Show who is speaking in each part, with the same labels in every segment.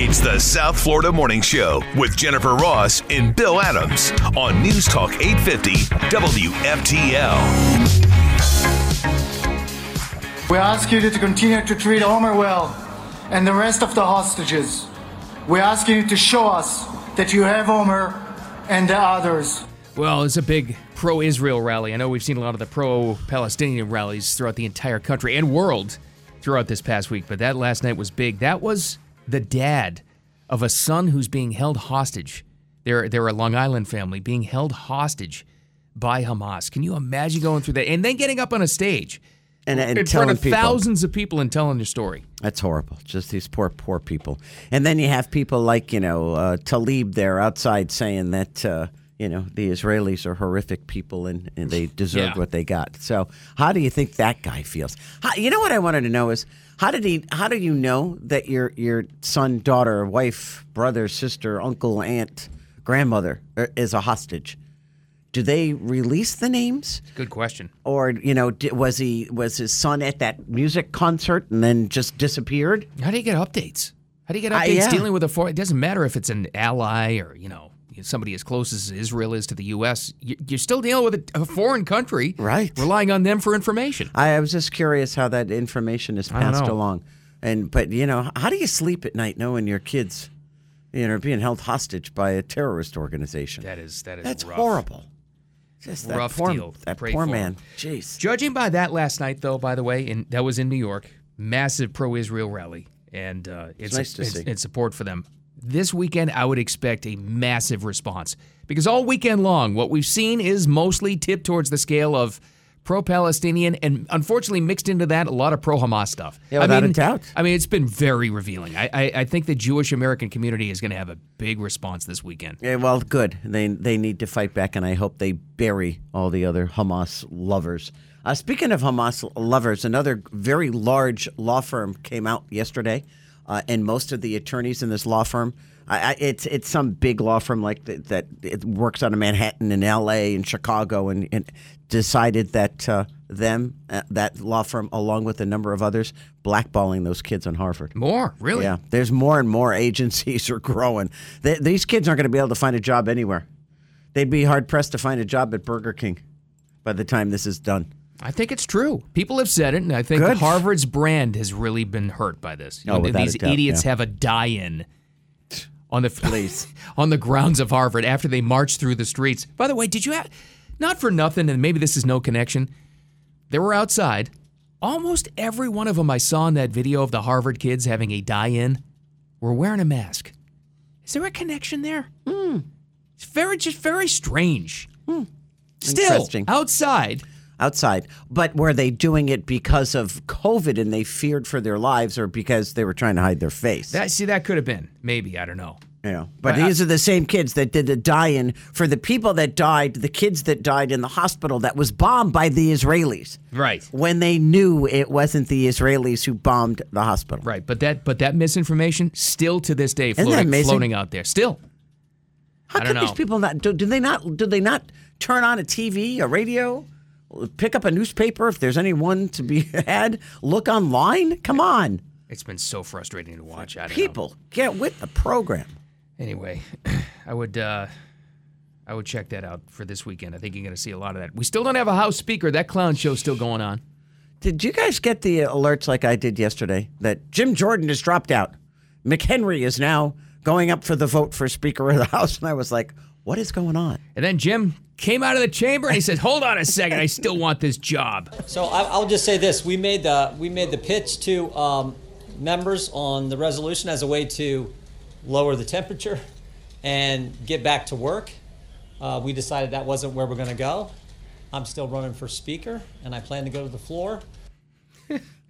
Speaker 1: It's the South Florida Morning Show with Jennifer Ross and Bill Adams on News Talk 850 WFTL.
Speaker 2: We ask you to continue to treat Omer well and the rest of the hostages. We ask you to show us that you have Omer and the others.
Speaker 3: Well, it's a big pro Israel rally. I know we've seen a lot of the pro Palestinian rallies throughout the entire country and world throughout this past week, but that last night was big. That was the dad of a son who's being held hostage. They're, they're a Long Island family being held hostage by Hamas. Can you imagine going through that and then getting up on a stage
Speaker 4: and, and
Speaker 3: in front
Speaker 4: telling
Speaker 3: of
Speaker 4: people
Speaker 3: thousands of people and telling your story?
Speaker 4: that's horrible. Just these poor, poor people. And then you have people like you know uh, Talib there outside saying that uh, you know the Israelis are horrific people and, and they deserve
Speaker 3: Yeah.
Speaker 4: what they got. So how do you think that guy feels? How, you know what I wanted to know is how did he? How do you know that your your son, daughter, wife, brother, sister, uncle, aunt, grandmother er, is a hostage? Do they release the names?
Speaker 3: Good question.
Speaker 4: or you know di was he was his son at that music concert and then just disappeared
Speaker 3: How do you get updates? How do you get updates
Speaker 4: I- yeah.
Speaker 3: dealing with a foreign? It doesn't matter if it's an ally or you know somebody as close as Israel is to the U.S. you- You're still dealing with a- a foreign country,
Speaker 4: Right.
Speaker 3: Relying on them for information.
Speaker 4: i, I was just curious how that information is
Speaker 3: I don't
Speaker 4: passed
Speaker 3: know.
Speaker 4: along and but you know how do you sleep at night knowing your kids you know are being held hostage by a terrorist organization
Speaker 3: That is that is
Speaker 4: that's
Speaker 3: rough.
Speaker 4: horrible just that
Speaker 3: Rough
Speaker 4: poor,
Speaker 3: deal.
Speaker 4: that
Speaker 3: Pray
Speaker 4: poor
Speaker 3: for him.
Speaker 4: man jeez
Speaker 3: Judging by that last night, though, by the way, and that was in New York, massive pro-Israel rally, and uh, it's,
Speaker 4: nice to
Speaker 3: it's-
Speaker 4: see.
Speaker 3: it's support for them. This weekend, I would expect a massive response because all weekend long, what we've seen is mostly tipped towards the scale of pro-Palestinian, and unfortunately, mixed into that, a lot of pro-Hamas stuff.
Speaker 4: Yeah,
Speaker 3: I
Speaker 4: without a
Speaker 3: mean,
Speaker 4: doubt.
Speaker 3: I mean, it's been very revealing. I, I, I think the Jewish American community is going to have a big response this weekend.
Speaker 4: yeah, well, good. They they need to fight back, and I hope they bury all the other Hamas lovers. Uh, speaking of Hamas lovers, another very large law firm came out yesterday, uh, and most of the attorneys in this law firm, I, I, it's it's some big law firm like th- that it works out of Manhattan and L.A. and Chicago, and, and decided that uh, them uh, that law firm along with a number of others blackballing those kids on Harvard.
Speaker 3: More, really?
Speaker 4: Yeah, there's more and more agencies are growing. Th these kids aren't going to be able to find a job anywhere. They'd be hard pressed to find a job at Burger King by the time this is done.
Speaker 3: I think it's true. People have said it, and I think
Speaker 4: Good.
Speaker 3: Harvard's brand has really been hurt by this. You
Speaker 4: Oh,
Speaker 3: know,
Speaker 4: without a
Speaker 3: these
Speaker 4: doubt,
Speaker 3: idiots
Speaker 4: yeah.
Speaker 3: have a die-in on the on the grounds of Harvard after they march through the streets. By the way, did you have not for nothing? And maybe this is no connection. They were outside. Almost every one of them I saw in that video of the Harvard kids having a die-in were wearing a mask. Is there a connection there?
Speaker 4: Hmm.
Speaker 3: It's very just very strange. Still
Speaker 4: Interesting.
Speaker 3: outside.
Speaker 4: Outside, but were they doing it because of COVID and they feared for their lives, or because they were trying to hide their face?
Speaker 3: That see, that could have been maybe I don't know.
Speaker 4: you know, but these are the same kids that did the die-in for the people that died, the kids that died in the hospital that was bombed by the Israelis
Speaker 3: Right,
Speaker 4: when they knew it wasn't the Israelis who bombed the hospital.
Speaker 3: right. But that but that misinformation still to this day
Speaker 4: that
Speaker 3: floating,
Speaker 4: amazing?
Speaker 3: floating out there. Still,
Speaker 4: How
Speaker 3: I
Speaker 4: could
Speaker 3: don't
Speaker 4: these
Speaker 3: know.
Speaker 4: people not do, do they not do they not turn on a TV, a radio, pick up a newspaper if there's any one to be had, look online? Come on.
Speaker 3: it's been so frustrating to watch. I don't know.
Speaker 4: People, get with the program.
Speaker 3: Anyway, I would uh I would check that out for this weekend. I think you're going to see a lot of that. We still don't have a house speaker. That clown show's still going on.
Speaker 4: Did you guys get the alerts like I did yesterday that Jim Jordan has dropped out? McHenry is now going up for the vote for Speaker of the House and I was like, what is going on?
Speaker 3: And then Jim came out of the chamber and he said, "Hold on a second. I still want this job."
Speaker 5: So I, I'll just say this: we made the we made the pitch to um, members on the resolution as a way to lower the temperature and get back to work. Uh, we decided that wasn't where we're going to go. I'm still running for speaker, and I plan to go to the floor.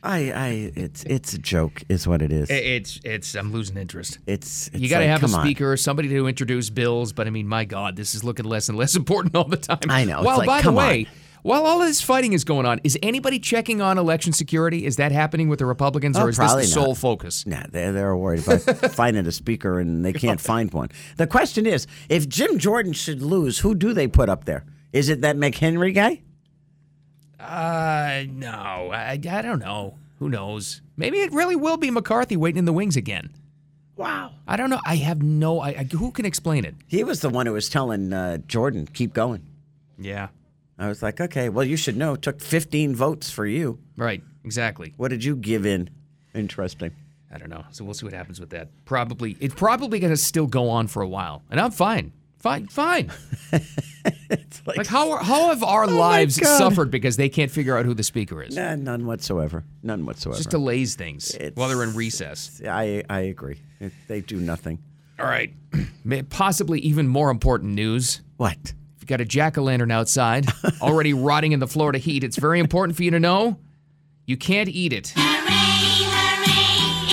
Speaker 4: I, I, it's it's a joke, is what it is.
Speaker 3: I- It's it's I'm losing interest.
Speaker 4: It's, it's
Speaker 3: you got to
Speaker 4: like,
Speaker 3: have a
Speaker 4: come on.
Speaker 3: speaker, somebody to introduce bills. But I mean, my God, this is looking less and less important all the time.
Speaker 4: I know, it's
Speaker 3: Well,
Speaker 4: like,
Speaker 3: by the
Speaker 4: come on.
Speaker 3: way, while all of this fighting is going on, is anybody checking on election security? Is that happening with the Republicans,
Speaker 4: Oh,
Speaker 3: or is this the
Speaker 4: probably
Speaker 3: sole
Speaker 4: not.
Speaker 3: focus?
Speaker 4: Nah, they're, they're worried about finding a speaker and they can't find one. The question is if Jim Jordan should lose, who do they put up there? Is it that McHenry guy?
Speaker 3: Uh, no, I, I don't know. Who knows? Maybe it really will be McCarthy waiting in the wings again.
Speaker 4: Wow.
Speaker 3: I don't know. I have no. I, I who can explain it?
Speaker 4: He was the one who was telling uh, Jordan, keep going.
Speaker 3: Yeah.
Speaker 4: I was like, okay, well, you should know. It took 15 votes for you.
Speaker 3: Right. Exactly.
Speaker 4: What did you give in? Interesting.
Speaker 3: I don't know. So we'll see what happens with that. Probably it's probably going to still go on for a while, and I'm fine. Fine, fine.
Speaker 4: It's like, oh
Speaker 3: Like how are- how have our lives
Speaker 4: God.
Speaker 3: suffered because they can't figure out who the speaker is?
Speaker 4: nah, none whatsoever. None whatsoever.
Speaker 3: Just delays things while they're in recess.
Speaker 4: I, I agree. It, they do nothing.
Speaker 3: All right. May- Possibly even more important news.
Speaker 4: What?
Speaker 3: If you've got a jack o' lantern outside, already rotting in the Florida heat, it's very important for you to know you can't eat it.
Speaker 6: Hooray,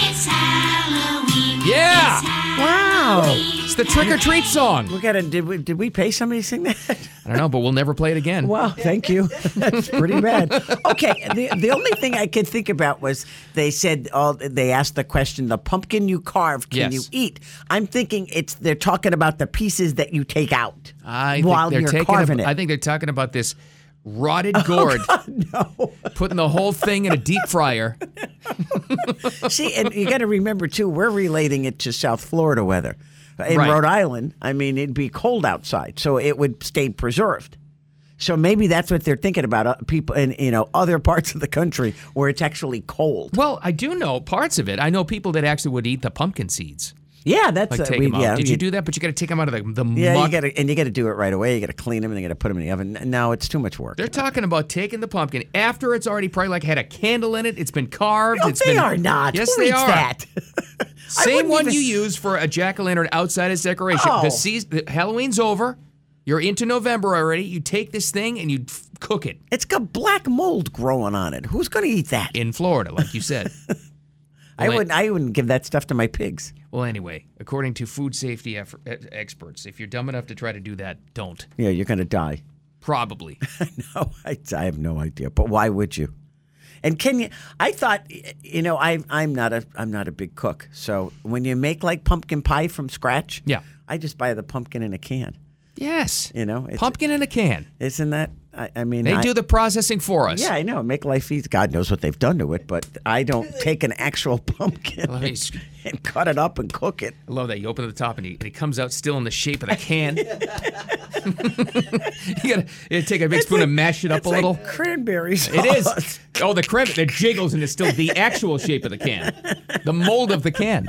Speaker 6: hooray, it's Halloween.
Speaker 3: Yeah!
Speaker 4: Wow.
Speaker 3: It's the trick or treat song.
Speaker 4: We got to, did we, did we pay somebody to sing that?
Speaker 3: I don't know, but we'll never play it again.
Speaker 4: Wow, thank you. That's pretty bad. Okay, the, the only thing I could think about was they said all they asked the question, the pumpkin you carve, can
Speaker 3: Yes.
Speaker 4: you eat? I'm thinking it's they're talking about the pieces that you take out
Speaker 3: I think
Speaker 4: while
Speaker 3: they're
Speaker 4: you're
Speaker 3: taking
Speaker 4: carving it. Oh,
Speaker 3: I think they're talking about this rotted gourd. Putting the whole thing in a deep fryer.
Speaker 4: See, and you got to remember too, we're relating it to South Florida weather. In
Speaker 3: Right.
Speaker 4: Rhode Island, I mean, it'd be cold outside, so it would stay preserved. So maybe that's what they're thinking about uh, people in you know other parts of the country where it's actually cold.
Speaker 3: Well, I do know parts of it. I know people that actually would eat the pumpkin seeds.
Speaker 4: Yeah, that's
Speaker 3: Like
Speaker 4: uh,
Speaker 3: take
Speaker 4: we-
Speaker 3: them out.
Speaker 4: yeah,
Speaker 3: Did you do that? But you got to take them out of the, the
Speaker 4: Yeah,
Speaker 3: muck.
Speaker 4: you got to and you got to do it right away. You got to clean them and you got to put them in the oven. N- No, it's too much work.
Speaker 3: They're talking about taking the pumpkin after it's already probably like had a candle in it. It's been carved.
Speaker 4: no,
Speaker 3: it's
Speaker 4: they
Speaker 3: been-
Speaker 4: are not.
Speaker 3: Yes,
Speaker 4: Who
Speaker 3: they
Speaker 4: eats
Speaker 3: are.
Speaker 4: That? I
Speaker 3: Same
Speaker 4: wouldn't
Speaker 3: one
Speaker 4: even-
Speaker 3: you use for a jack o' lantern outside as decoration.
Speaker 4: Oh.
Speaker 3: The season, the Halloween's over. You're into November already. You take this thing and you f- cook it
Speaker 4: It's got black mold growing on it. Who's going to eat that?
Speaker 3: in Florida, like you said.
Speaker 4: I
Speaker 3: Well,
Speaker 4: wouldn't. I wouldn't give that stuff to my pigs.
Speaker 3: well, anyway, according to food safety eff- e- experts, if you're dumb enough to try to do that, don't.
Speaker 4: Yeah, you're going to die.
Speaker 3: Probably.
Speaker 4: No, I, I have no idea. But why would you? And can you? I thought, you know, I I'm not a I'm not a big cook. So when you make like pumpkin pie from scratch,
Speaker 3: Yeah.
Speaker 4: I just buy the pumpkin in a can.
Speaker 3: yes.
Speaker 4: You know, it's-
Speaker 3: pumpkin in a can.
Speaker 4: Isn't that? I, I mean,
Speaker 3: They
Speaker 4: I-
Speaker 3: do the processing for us.
Speaker 4: Yeah, I know. Make life easy. God knows what they've done to it, but I don't take an actual pumpkin
Speaker 3: Let me-
Speaker 4: and cut it up and cook it.
Speaker 3: I love that. You open the top and, you, and it comes out still in the shape of the can. you gotta you take a big spoon and mash it up
Speaker 4: It's
Speaker 3: a
Speaker 4: like
Speaker 3: little.
Speaker 4: cranberry sauce.
Speaker 3: It is. Oh, the creme that jiggles and it's still the actual shape of the can, the mold of the can.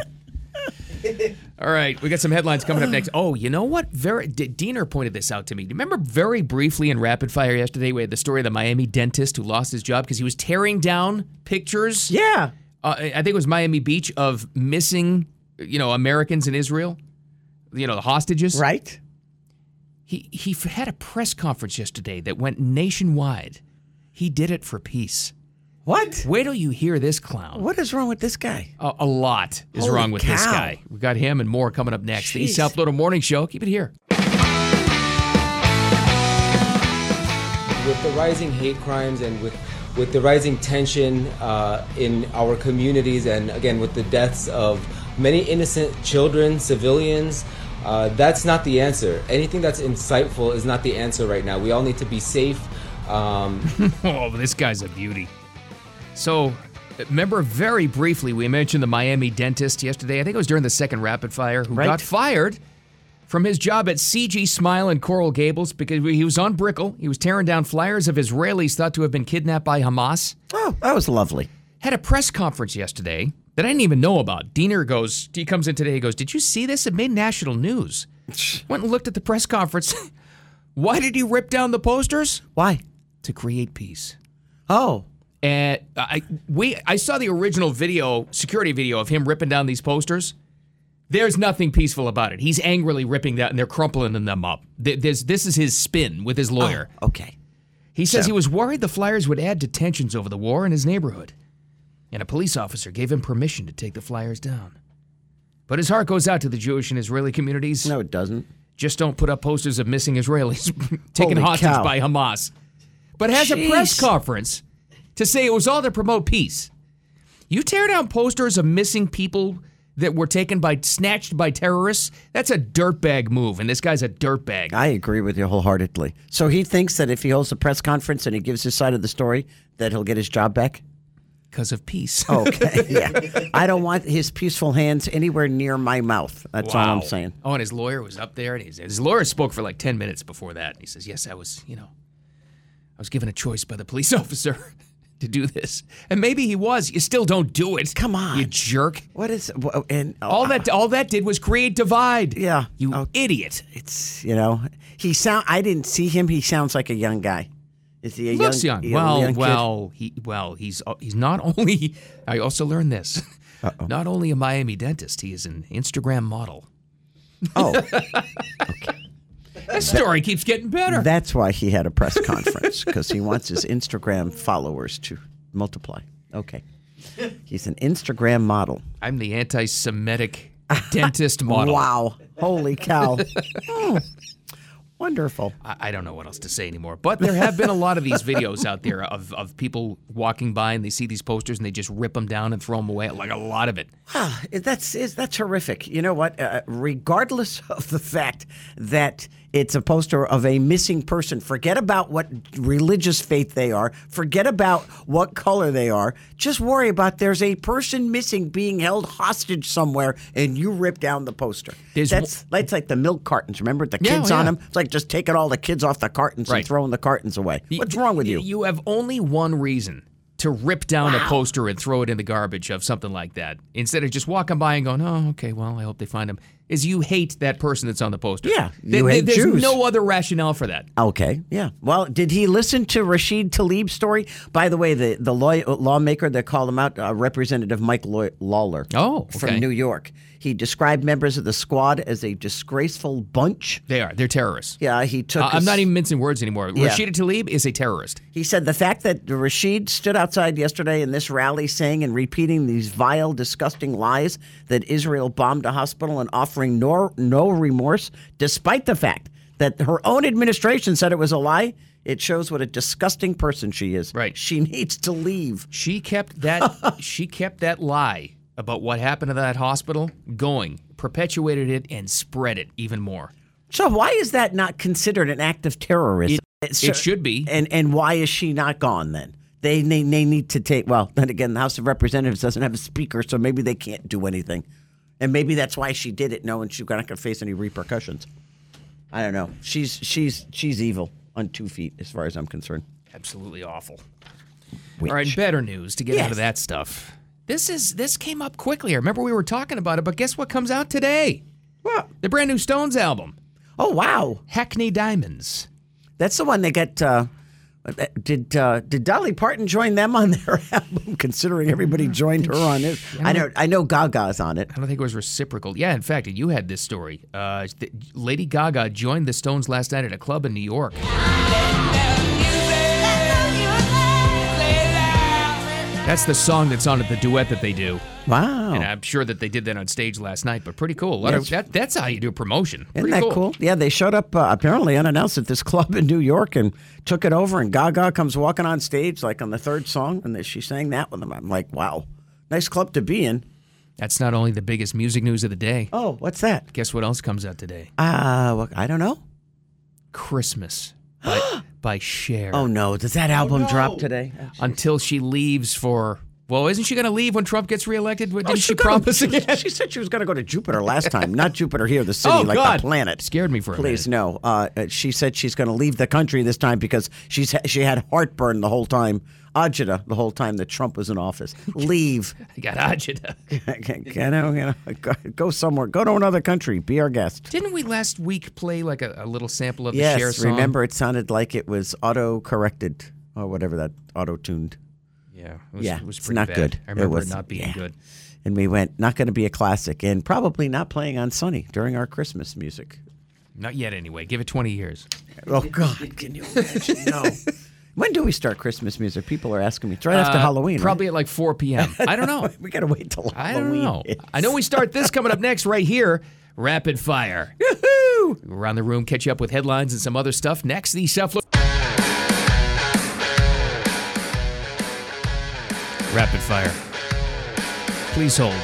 Speaker 3: All right, we got some headlines coming up next. Oh, you know what? Very D- Diener pointed this out to me. Remember, very briefly in rapid fire yesterday, we had the story of the Miami dentist who lost his job because he was tearing down pictures.
Speaker 4: Yeah.
Speaker 3: uh, I think it was Miami Beach of missing, you know, Americans in Israel, you know, the hostages.
Speaker 4: Right?
Speaker 3: He he f- had a press conference yesterday that went nationwide. He did it for peace.
Speaker 4: What?
Speaker 3: Wait till you hear this clown.
Speaker 4: What is wrong with this guy?
Speaker 3: A, a lot is
Speaker 4: Holy
Speaker 3: wrong with this
Speaker 4: cow.
Speaker 3: guy. We got him and more coming up next. The East
Speaker 4: Jeez.
Speaker 3: South Florida Morning Show. Keep it here.
Speaker 7: With the rising hate crimes and with with the rising tension uh, in our communities, and again with the deaths of many innocent children, civilians, uh, that's not the answer. Anything that's insightful is not the answer right now. We all need to be safe. Um,
Speaker 3: Oh, this guy's a beauty. So, remember very briefly, we mentioned the Miami dentist yesterday. I think it was during the second rapid fire, who
Speaker 4: Right.
Speaker 3: got fired from his job at CG Smile in Coral Gables because he was on Brickell. He was tearing down flyers of Israelis thought to have been kidnapped by Hamas
Speaker 4: Oh, that was lovely.
Speaker 3: had a press conference yesterday that I didn't even know about. Diener goes, he comes in today, he goes, Did you see this? It made national news. Went and looked at the press conference. Why did he rip down the posters?
Speaker 4: Why?
Speaker 3: To create peace.
Speaker 4: Oh,
Speaker 3: And I we I saw the original video, security video of him ripping down these posters. There's nothing peaceful about it. He's angrily ripping that and they're crumpling them up. Th- There's, this is his spin with his lawyer.
Speaker 4: Oh, okay.
Speaker 3: He says he was worried the flyers would add to tensions over the war in his neighborhood. and a police officer gave him permission to take the flyers down. But his heart goes out to the Jewish and Israeli communities.
Speaker 4: No, it doesn't.
Speaker 3: Just don't put up posters of missing Israelis taken
Speaker 4: Holy
Speaker 3: hostage
Speaker 4: cow.
Speaker 3: by Hamas. But has a press
Speaker 4: Jeez.
Speaker 3: conference to say it was all to promote peace. You tear down posters of missing people that were taken by snatched by terrorists. That's a dirtbag move, and this guy's a dirtbag.
Speaker 4: I agree with you wholeheartedly. So he thinks that if he holds a press conference and he gives his side of the story, that he'll get his job back.
Speaker 3: because of peace.
Speaker 4: Oh, Okay, yeah. I don't want his peaceful hands anywhere near my mouth. That's all I'm
Speaker 3: Wow.
Speaker 4: saying.
Speaker 3: Oh, and his lawyer was up there, and his, his lawyer spoke for like ten minutes before that. And he says, "Yes, I was, you know, I was given a choice by the police officer to do this, and maybe he was. You still don't do it.
Speaker 4: Come on.
Speaker 3: you jerk.
Speaker 4: What is wha- and oh,
Speaker 3: All that all that did was create divide.
Speaker 4: Yeah.
Speaker 3: you
Speaker 4: Oh.
Speaker 3: idiot.
Speaker 4: It's you know he sound. I didn't see him. He sounds like a young guy. Is he a
Speaker 3: He looks young.
Speaker 4: young? a
Speaker 3: Well,
Speaker 4: young kid?
Speaker 3: well, he well he's uh, he's not only. I also learned this. Not only a Miami dentist, he is an Instagram model.
Speaker 4: Oh,
Speaker 3: This story keeps getting better.
Speaker 4: that's why he had a press conference because he wants his Instagram followers to multiply. Okay, he's an Instagram model.
Speaker 3: I'm the anti-Semitic dentist model.
Speaker 4: Wow! Holy cow! Hmm. Wonderful.
Speaker 3: I, I don't know what else to say anymore. But there have been a lot of these videos out there of, of people walking by and they see these posters and they just rip them down and throw them away. Like a lot of it.
Speaker 4: Ah, that's is that's horrific. You know what? Uh, regardless of the fact that it's a poster of a missing person, forget about what religious faith they are, forget about what color they are. Just worry about there's a person missing being held hostage somewhere, and you rip down the poster.
Speaker 3: There's
Speaker 4: that's that's like the milk cartons. Remember the
Speaker 3: Yeah, oh,
Speaker 4: kids
Speaker 3: yeah.
Speaker 4: on them? It's like just taking all the kids off the cartons
Speaker 3: Right.
Speaker 4: and throwing the cartons away. What's wrong with you?
Speaker 3: You have only one reason to rip down a poster and throw it in the garbage of something like that instead of just walking by and going, oh, okay, well, I hope they find him. Is you hate that person that's on the poster.
Speaker 4: Yeah, you
Speaker 3: There-
Speaker 4: hate
Speaker 3: there's
Speaker 4: Jews.
Speaker 3: no other rationale for that.
Speaker 4: Okay. Yeah. Well, did he listen to Rashid Tlaib's story? By the way, the the law, lawmaker that called him out, uh, Representative Mike Law- Lawler.
Speaker 3: Oh, okay.
Speaker 4: from New York. He described members of the squad as a disgraceful bunch.
Speaker 3: They are. They're terrorists.
Speaker 4: Yeah, he took.
Speaker 3: I- Uh, I'm
Speaker 4: a-
Speaker 3: not even mincing words anymore. Rashida Tlaib is a terrorist.
Speaker 4: He said the fact that Rashid stood outside yesterday in this rally saying and repeating these vile, disgusting lies that Israel bombed a hospital and offering no, no remorse, despite the fact that her own administration said it was a lie, it shows what a disgusting person she is.
Speaker 3: Right.
Speaker 4: She needs to leave.
Speaker 3: She kept that she kept that lie about what happened to that hospital going, perpetuated it and spread it even more.
Speaker 4: So, why is that not considered an act of terrorism? It's-
Speaker 3: it should be.
Speaker 4: And, and why is she not gone then? They, they, they need to take, well, then again, the House of Representatives doesn't have a speaker, so maybe they can't do anything. And maybe that's why she did it, knowing she's not going to face any repercussions. I don't know. She's, she's, she's evil on two feet, as far as I'm concerned.
Speaker 3: Absolutely awful.
Speaker 4: Witch.
Speaker 3: All right, better news to get out of
Speaker 4: Yes.
Speaker 3: that stuff. This is this came up quickly. I remember we were talking about it, but guess what comes out today?
Speaker 4: What?
Speaker 3: The brand new Stones album,
Speaker 4: Oh, wow.
Speaker 3: Hackney Diamonds.
Speaker 4: That's the one they got. Uh, did uh, did Dolly Parton join them on their album? Considering everybody joined her on it, I know I know Gaga's on it.
Speaker 3: I don't think it was reciprocal. Yeah, in fact, you had this story. Uh, th- Lady Gaga joined the Stones last night at a club in New York. That's the song that's on it, the duet that they do.
Speaker 4: Wow,
Speaker 3: And I'm sure that they did that on stage last night, but pretty cool. A lot of- that, that's how you do promotion.
Speaker 4: Isn't
Speaker 3: Pretty
Speaker 4: that cool. Yeah, they showed up uh, apparently unannounced at this club in New York and took it over. And Gaga comes walking on stage like on the third song, and then she sang that with them. I'm like, wow, nice club to be in.
Speaker 3: That's not only the biggest music news of the day.
Speaker 4: Oh, what's that?
Speaker 3: Guess what else comes out today?
Speaker 4: Uh, well, I don't know.
Speaker 3: Christmas by, by Cher.
Speaker 4: Oh no, does that album drop today?
Speaker 3: Until she leaves for. Well, isn't she going to leave when Trump gets reelected? Didn't
Speaker 4: Oh,
Speaker 3: she
Speaker 4: gotta-
Speaker 3: promise
Speaker 4: she-
Speaker 3: again?
Speaker 4: She said she was going to go to Jupiter last time, not Jupiter here, the city,
Speaker 3: Oh,
Speaker 4: like
Speaker 3: God.
Speaker 4: the planet.
Speaker 3: Scared me for a
Speaker 4: Please no. Uh, uh, she said she's going to leave the country this time because she's ha- she had heartburn the whole time, agita the whole time that Trump was in office. leave.
Speaker 3: I got agita.
Speaker 4: you know, you know, go- go somewhere. Go to another country. Be our guest.
Speaker 3: Didn't we last week play like a, a little sample of the Cher
Speaker 4: Yes,
Speaker 3: song?
Speaker 4: remember it sounded like it was auto corrected or whatever that auto tuned.
Speaker 3: Yeah, it was,
Speaker 4: Yeah,
Speaker 3: it was
Speaker 4: it's
Speaker 3: pretty
Speaker 4: not
Speaker 3: bad.
Speaker 4: good.
Speaker 3: I
Speaker 4: It
Speaker 3: remember it,
Speaker 4: was-
Speaker 3: not being
Speaker 4: yeah.
Speaker 3: good.
Speaker 4: And we went, not going to be a classic and probably not playing on Sunny during our Christmas music.
Speaker 3: Not yet, anyway. Give it 20 years.
Speaker 4: Oh, God, can you imagine? No. When do we start Christmas music? People are asking me. It's right after Halloween.
Speaker 3: Uh, Probably at like 4 p.m. I don't know.
Speaker 4: right? we gotta wait till
Speaker 3: I
Speaker 4: Halloween.
Speaker 3: don't know.
Speaker 4: hits.
Speaker 3: I know we start this coming up next right here. Rapid fire.
Speaker 4: Woo-hoo!
Speaker 3: We're around the room, catch you up with headlines and some other stuff. Next, the South Florida Rapid fire. Please hold.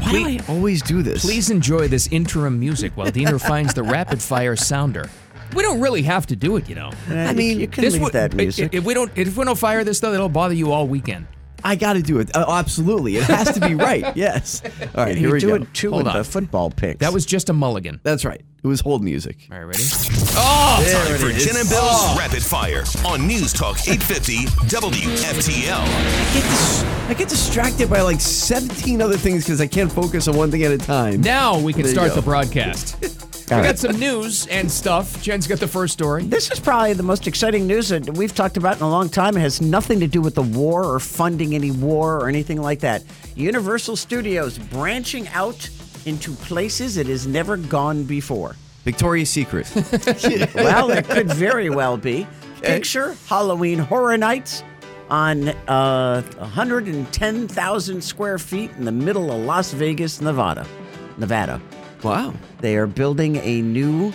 Speaker 8: Why do I always do this?
Speaker 3: Please enjoy this interim music while Dean refines the rapid fire sounder. We don't really have to do it, you know.
Speaker 4: I mean, you can
Speaker 3: This
Speaker 4: leave
Speaker 3: would-
Speaker 4: that music.
Speaker 3: If we don't, if we don't fire this though, it'll bother you all weekend.
Speaker 8: I got to do it. Oh, absolutely. It has to be right. Yes. All right, here
Speaker 4: You're
Speaker 8: we
Speaker 4: doing
Speaker 8: go.
Speaker 4: two
Speaker 3: Hold
Speaker 4: of
Speaker 3: on.
Speaker 4: the football picks.
Speaker 3: That was just a mulligan.
Speaker 8: That's right. It was hold music.
Speaker 3: All right, ready?
Speaker 1: Time for Jen and Bill's Rapid Fire on News Talk 850 WFTL.
Speaker 8: I get, dis- I get distracted by like 17 other things because I can't focus on one thing at a time.
Speaker 3: Now we can
Speaker 8: There you
Speaker 3: start
Speaker 8: go.
Speaker 3: the broadcast. we
Speaker 4: All
Speaker 3: got
Speaker 4: right.
Speaker 3: some news and stuff. Jen's got the first story.
Speaker 4: This is probably the most exciting news that we've talked about in a long time. It has nothing to do with the war or funding any war or anything like that. Universal Studios branching out into places it has never gone before.
Speaker 8: Victoria's Secret.
Speaker 4: Well, it could very well be. Picture Halloween Horror Nights on uh, 110,000 square feet in the middle of Las Vegas, Nevada. Nevada.
Speaker 8: wow.
Speaker 4: They are building a new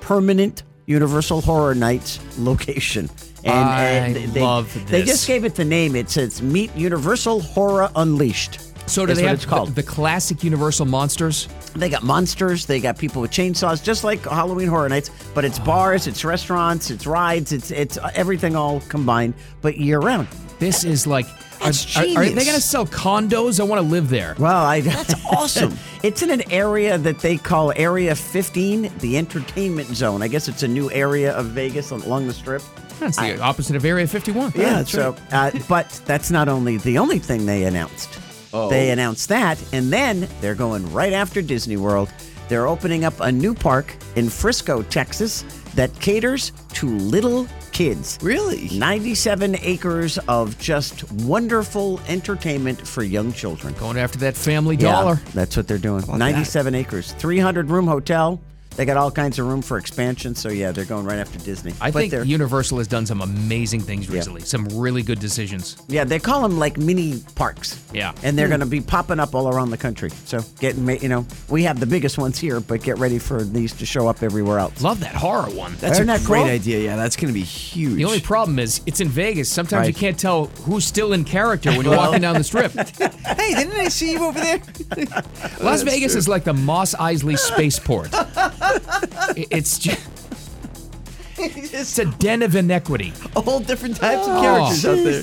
Speaker 4: permanent Universal Horror Nights location.
Speaker 3: I
Speaker 4: they,
Speaker 3: love
Speaker 4: They
Speaker 3: this.
Speaker 4: just gave it the name. It says Meet Universal Horror Unleashed.
Speaker 3: So do
Speaker 4: is
Speaker 3: they
Speaker 4: what
Speaker 3: have
Speaker 4: it's called.
Speaker 3: The, the classic Universal monsters?
Speaker 4: They got monsters, they got people with chainsaws, just like Halloween Horror Nights, but it's bars, it's restaurants, it's rides, it's it's everything all combined, but year round.
Speaker 3: This is like. Are,
Speaker 8: That's
Speaker 3: are- are they
Speaker 8: genius.
Speaker 3: going to sell condos? I want to live there.
Speaker 4: Well, I, that's awesome. It's in an area that they call Area 15, the entertainment zone. I guess it's a new area of Vegas along the strip.
Speaker 3: That's the opposite of Area 51.
Speaker 4: Yeah,
Speaker 8: that's
Speaker 4: so, uh, but that's not only the only thing they announced.
Speaker 8: Oh.
Speaker 4: They announced that, and then they're going right after Disney World. They're opening up a new park in Frisco, Texas, that caters to little kids.
Speaker 8: Really?
Speaker 4: 97 acres of just wonderful entertainment for young children.
Speaker 3: Going after that family
Speaker 4: Yeah,
Speaker 3: dollar.
Speaker 4: that's what they're doing.
Speaker 8: about
Speaker 4: 97 acres, 300 room hotel. They got all kinds of room for expansion. So, yeah, they're going right after Disney.
Speaker 3: I
Speaker 4: But
Speaker 3: think
Speaker 4: they're-
Speaker 3: Universal has done some amazing things recently, some really good decisions.
Speaker 4: Yeah, they call them like mini parks.
Speaker 3: Yeah.
Speaker 4: And they're going to be popping up all around the country. So get, ma- you know, we have the biggest ones here, but get ready for these to show up everywhere else.
Speaker 3: Love that horror one.
Speaker 8: That's
Speaker 4: Isn't
Speaker 8: a
Speaker 4: that
Speaker 8: great
Speaker 4: cool?
Speaker 8: idea. Yeah, that's going to be huge.
Speaker 3: The only problem is it's in Vegas. Sometimes you
Speaker 8: Right.
Speaker 3: can't tell who's still in character when you're walking down the strip.
Speaker 8: hey, didn't I see you over there?
Speaker 3: Las Vegas is like the Moss Isley spaceport. I- it's just. It's a den of inequity.
Speaker 8: All different types of characters out there.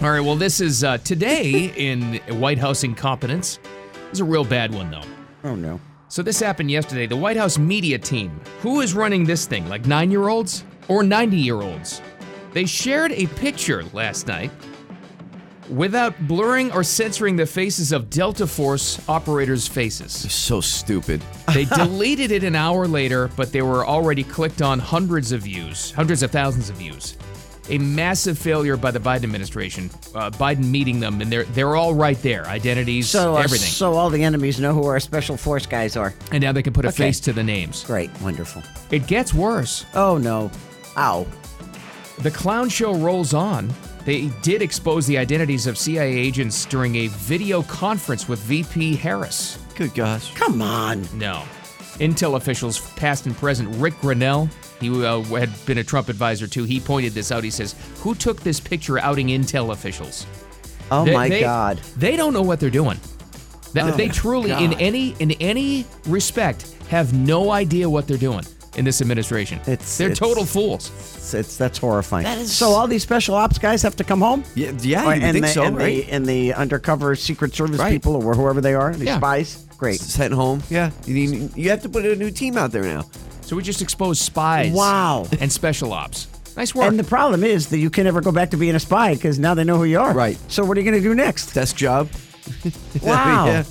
Speaker 3: All right, well, this is uh, today in White House incompetence. This is a real bad one, though.
Speaker 4: Oh, no.
Speaker 3: So, this happened yesterday. The White House media team, who is running this thing, like nine year olds or 90 year olds? They shared a picture last night without blurring or censoring the faces of Delta Force operators' faces.
Speaker 8: So stupid.
Speaker 3: They deleted it an hour later, but they were already clicked on hundreds of views, hundreds of thousands of views. A massive failure by the Biden administration. Uh, Biden meeting them, and they're they're all right there, identities,
Speaker 4: So, uh,
Speaker 3: everything,
Speaker 4: so all the enemies know who our special force guys are.
Speaker 3: and now they can put a
Speaker 4: okay.
Speaker 3: face to the names.
Speaker 4: Great. Wonderful.
Speaker 3: It gets worse.
Speaker 4: Oh, no. Ow.
Speaker 3: The clown show rolls on. They did expose the identities of CIA agents during a video conference with VP Harris.
Speaker 8: Good gosh.
Speaker 4: Come on.
Speaker 3: No. Intel officials, past and present, Rick Grinnell, he uh, had been a Trump advisor too, he pointed this out. He says, Who took this picture outing Intel officials?
Speaker 4: Oh,
Speaker 3: They-
Speaker 4: my
Speaker 3: they-
Speaker 4: God. Oh
Speaker 3: They don't know what they're doing. Th- they truly, in
Speaker 8: God.
Speaker 3: any in any respect, have no idea what they're doing in this administration.
Speaker 4: It's-
Speaker 3: they're
Speaker 4: it's-
Speaker 3: total fools.
Speaker 4: It's, it's that's horrifying. so all these special ops guys have to come home.
Speaker 8: Yeah, yeah, you
Speaker 4: Or-
Speaker 8: would
Speaker 4: and
Speaker 8: think
Speaker 4: the,
Speaker 8: so,
Speaker 4: and
Speaker 8: right?
Speaker 4: The, and the undercover Secret Service
Speaker 8: Right.
Speaker 4: people or whoever they are, the
Speaker 3: Yeah.
Speaker 4: spies. Great.
Speaker 8: Sent home. Yeah. You, need, you have to put a new team out there now.
Speaker 3: So we just expose spies.
Speaker 4: Wow.
Speaker 3: And special ops. Nice work.
Speaker 4: And the problem is that you can never go back to being a spy because now they know who you are.
Speaker 8: Right.
Speaker 4: So what are you going to do next?
Speaker 8: Desk job.
Speaker 4: Wow.
Speaker 8: yeah.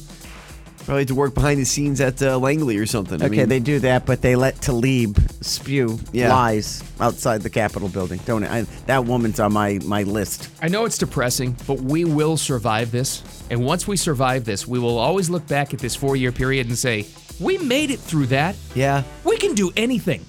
Speaker 8: Probably had to work behind the scenes at uh, Langley or something. I
Speaker 4: Okay,
Speaker 8: mean,
Speaker 4: they do that, but they let Talib spew
Speaker 8: Yeah.
Speaker 4: lies outside the Capitol building. Don't I, that woman's on my my list.
Speaker 3: I know it's depressing, but we will survive this. And once we survive this, we will always look back at this four year period and say, we made it through that.
Speaker 8: Yeah.
Speaker 3: We can do anything.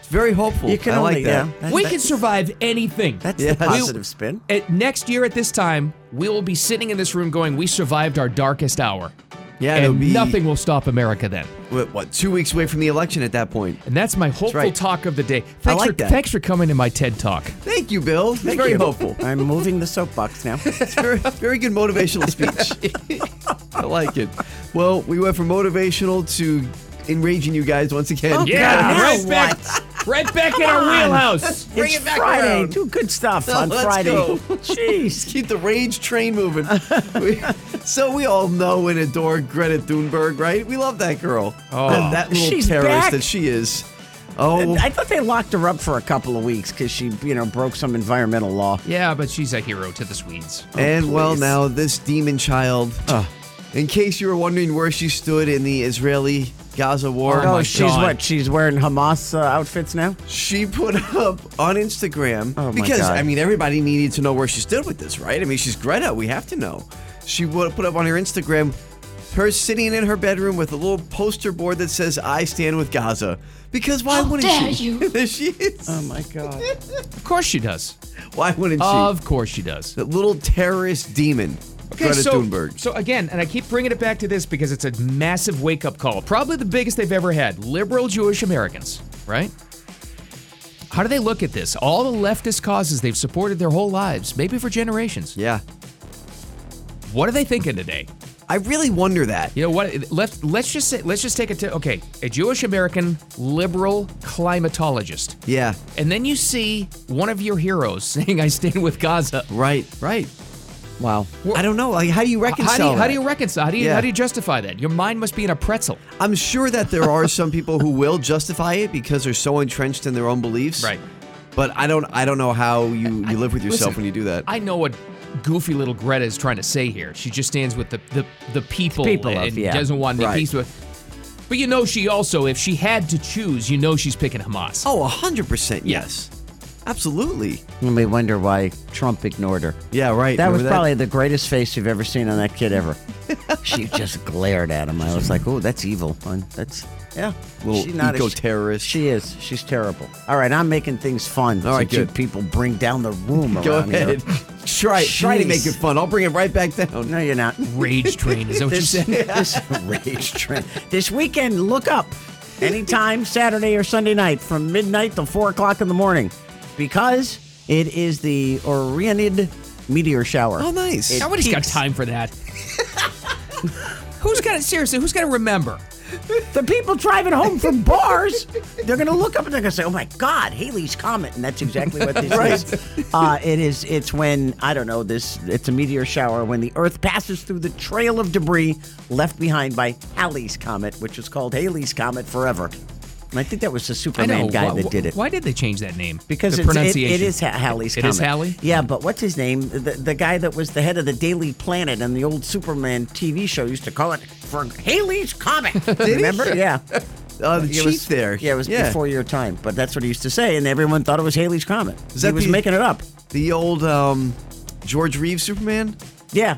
Speaker 8: It's very hopeful.
Speaker 4: You can
Speaker 8: I
Speaker 4: only
Speaker 8: like that.
Speaker 4: yeah. that-
Speaker 3: we
Speaker 4: that-
Speaker 3: can survive anything.
Speaker 4: That's
Speaker 8: Yeah.
Speaker 4: the positive spin.
Speaker 3: At next year at this time, we will be sitting in this room going, "We survived our darkest hour."
Speaker 8: Yeah, it'll
Speaker 3: and
Speaker 8: be-
Speaker 3: nothing will stop America then.
Speaker 8: What, what, two weeks away from the election at that point.
Speaker 3: And that's my hopeful
Speaker 8: right.
Speaker 3: talk of the day. Thanks
Speaker 8: like
Speaker 3: for,
Speaker 8: that.
Speaker 3: Thanks for coming to my TED talk.
Speaker 8: Thank you, Bill. It's
Speaker 4: Thank
Speaker 8: very
Speaker 4: you.
Speaker 8: hopeful.
Speaker 4: I'm moving the soapbox now.
Speaker 8: It's very, very good motivational speech. I like it. Well, we went from motivational to enraging you guys once again.
Speaker 3: Yeah,
Speaker 4: now
Speaker 3: right back, right back in our wheelhouse.
Speaker 4: Bring it's it back Friday. Do good stuff on
Speaker 8: let's
Speaker 4: Friday.
Speaker 8: go.
Speaker 4: Jeez.
Speaker 8: Keep the rage train moving. We- so we all know and adore Greta Thunberg, right? We love that girl.
Speaker 3: Oh.
Speaker 8: that, that little
Speaker 4: She's
Speaker 8: terrorist
Speaker 4: back.
Speaker 8: that she is. Oh,
Speaker 4: I thought they locked her up for a couple of weeks because she, you know, broke some environmental law.
Speaker 3: Yeah, but she's a hero to the Swedes.
Speaker 8: and well,
Speaker 4: Oh, please. Ah.
Speaker 8: now this demon child. In case you were wondering where she stood in the Israeli-Gaza war,
Speaker 3: Oh my
Speaker 4: she's
Speaker 3: God.
Speaker 4: what? She's wearing Hamas uh, outfits now.
Speaker 8: she put up on Instagram
Speaker 4: Oh, my
Speaker 8: because
Speaker 4: God.
Speaker 8: I mean everybody needed to know where she stood with this, right? I mean she's Greta, we have to know. She would put up on her Instagram her sitting in her bedroom with a little poster board that says "I stand with Gaza" because why
Speaker 6: How
Speaker 8: wouldn't
Speaker 6: dare
Speaker 8: she?
Speaker 6: you.
Speaker 8: there she is.
Speaker 4: Oh my God.
Speaker 3: Of course she does.
Speaker 8: why wouldn't she?
Speaker 3: Of course she does.
Speaker 8: the little terrorist demon, Greta
Speaker 3: so,
Speaker 8: Thunberg.
Speaker 3: So again, and I keep bringing it back to this because it's a massive wake up call. Probably the biggest they've ever had. Liberal Jewish Americans, right? How do they look at this? All the leftist causes they've supported their whole lives, maybe for generations.
Speaker 8: yeah,
Speaker 3: What are they thinking today?
Speaker 8: I really wonder that.
Speaker 3: You know what? Let let's just say, let's just take it to okay, a Jewish American liberal climatologist.
Speaker 8: Yeah,
Speaker 3: And then you see one of your heroes saying, "I stand with Gaza."
Speaker 8: right, right. Wow,
Speaker 3: Well,
Speaker 8: I don't know. Like, how do you reconcile?
Speaker 3: How do you, how
Speaker 8: that?
Speaker 3: do you reconcile? How do you,
Speaker 8: Yeah.
Speaker 3: how do you justify that? Your mind must be in a pretzel.
Speaker 8: I'm sure that there are some people who will justify it because they're so entrenched in their own beliefs.
Speaker 3: Right.
Speaker 8: But I don't I don't know how you, you live with yourself
Speaker 3: Listen,
Speaker 8: when you do that.
Speaker 3: I know what goofy little Greta is trying to say here. She just stands with the the, the people,
Speaker 4: People
Speaker 3: and,
Speaker 4: of, yeah.
Speaker 3: doesn't want any
Speaker 8: Right.
Speaker 3: peace with. But you know, she also, if she had to choose, you know, she's picking Hamas.
Speaker 8: oh, 100% yes. Absolutely.
Speaker 4: And we wonder why Trump ignored her.
Speaker 8: Yeah, right.
Speaker 4: That
Speaker 8: Remember
Speaker 4: was probably the greatest face you've ever seen on that kid ever. she just glared at him. I was like, "Oh, that's evil." And that's yeah,
Speaker 8: Little
Speaker 4: She's not a-
Speaker 8: eco-terrorist.
Speaker 4: She is. She's terrible. All right, I'm making things fun.
Speaker 8: All right,
Speaker 4: since you
Speaker 8: good.
Speaker 4: people bring down the room.
Speaker 8: Go
Speaker 4: around here.
Speaker 8: ahead. try try to
Speaker 4: Jeez.
Speaker 8: make it fun. I'll bring it right back down.
Speaker 4: No, you're not.
Speaker 3: Rage train is that what you
Speaker 4: This,
Speaker 3: said?
Speaker 4: this rage train. This weekend, look up. Anytime Saturday or Sunday night from midnight till 4 o'clock in the morning because it is the Orionid meteor shower.
Speaker 8: Oh, nice.
Speaker 4: It
Speaker 3: Nobody's got
Speaker 4: peaks-
Speaker 3: time for that. who's got to seriously? Who's got to remember?
Speaker 4: The people driving home from bars, they're going to look up and they're going to say, "Oh my God, Haley's comet!" And that's exactly what this is. Uh, it is. It's when I don't know this. It's a meteor shower when the Earth passes through the trail of debris left behind by Halley's comet, which is called Haley's comet forever. And I think that was the Superman guy
Speaker 3: why,
Speaker 4: that did it.
Speaker 3: Why did they change that name?
Speaker 4: Because
Speaker 3: the
Speaker 4: it's, it,
Speaker 3: pronunciation.
Speaker 4: it is Ha- Halley's
Speaker 3: It
Speaker 4: comet.
Speaker 3: is Halley?
Speaker 4: Yeah, but what's his name? The, the guy that was the head of the Daily Planet and the old Superman TV show used to call it for Haley's comet. Remember? Yeah.
Speaker 8: Uh, the
Speaker 4: It
Speaker 8: chief
Speaker 4: was-
Speaker 8: there.
Speaker 4: Yeah, it was before your time, but that's what he used to say, and everyone thought it was Haley's comet.
Speaker 8: Is
Speaker 4: he
Speaker 8: that
Speaker 4: was
Speaker 8: the-
Speaker 4: making it up.
Speaker 8: The old um, George Reeves Superman?
Speaker 4: Yeah.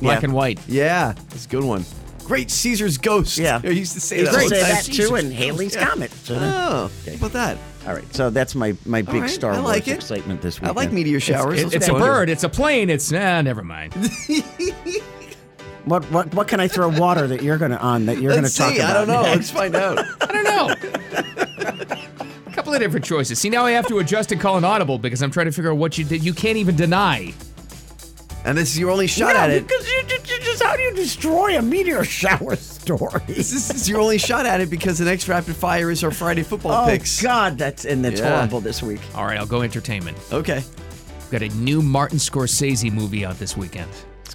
Speaker 3: black
Speaker 4: yeah.
Speaker 3: and white.
Speaker 8: Yeah. That's a good one. Great Caesar's ghost.
Speaker 4: Yeah.
Speaker 8: I used to say
Speaker 4: He
Speaker 8: that.
Speaker 4: used to
Speaker 8: all the
Speaker 4: say
Speaker 8: time.
Speaker 4: that too, and Haley's comet. So, uh,
Speaker 8: Oh, how about that?
Speaker 4: All right, so that's my my big
Speaker 8: All right,
Speaker 4: Star
Speaker 8: I
Speaker 4: Wars
Speaker 8: like it.
Speaker 4: excitement this
Speaker 8: I
Speaker 4: weekend.
Speaker 8: like meteor showers.
Speaker 3: It-
Speaker 8: Let's
Speaker 3: it's a
Speaker 8: go.
Speaker 3: bird. It's a plane. It's ah, never mind.
Speaker 4: What what what can I throw water that you're gonna on that you're
Speaker 8: Let's
Speaker 4: gonna talk
Speaker 8: see.
Speaker 4: about?
Speaker 8: I don't know.
Speaker 4: next?
Speaker 8: Let's find out.
Speaker 3: I don't know. A couple of different choices. See, now I have to adjust and call an audible because I'm trying to figure out what you did. You can't even deny.
Speaker 8: And this is your only shot
Speaker 4: No,
Speaker 8: at it.
Speaker 4: because you, you- you just how do you destroy a meteor shower story?
Speaker 8: This is your only shot at it because the next rapid fire is our Friday football
Speaker 4: Oh
Speaker 8: picks.
Speaker 4: God, that's and that's
Speaker 8: Yeah.
Speaker 4: horrible this week.
Speaker 3: All right, I'll go entertainment.
Speaker 8: Okay.
Speaker 3: We've got a new Martin Scorsese movie out this weekend.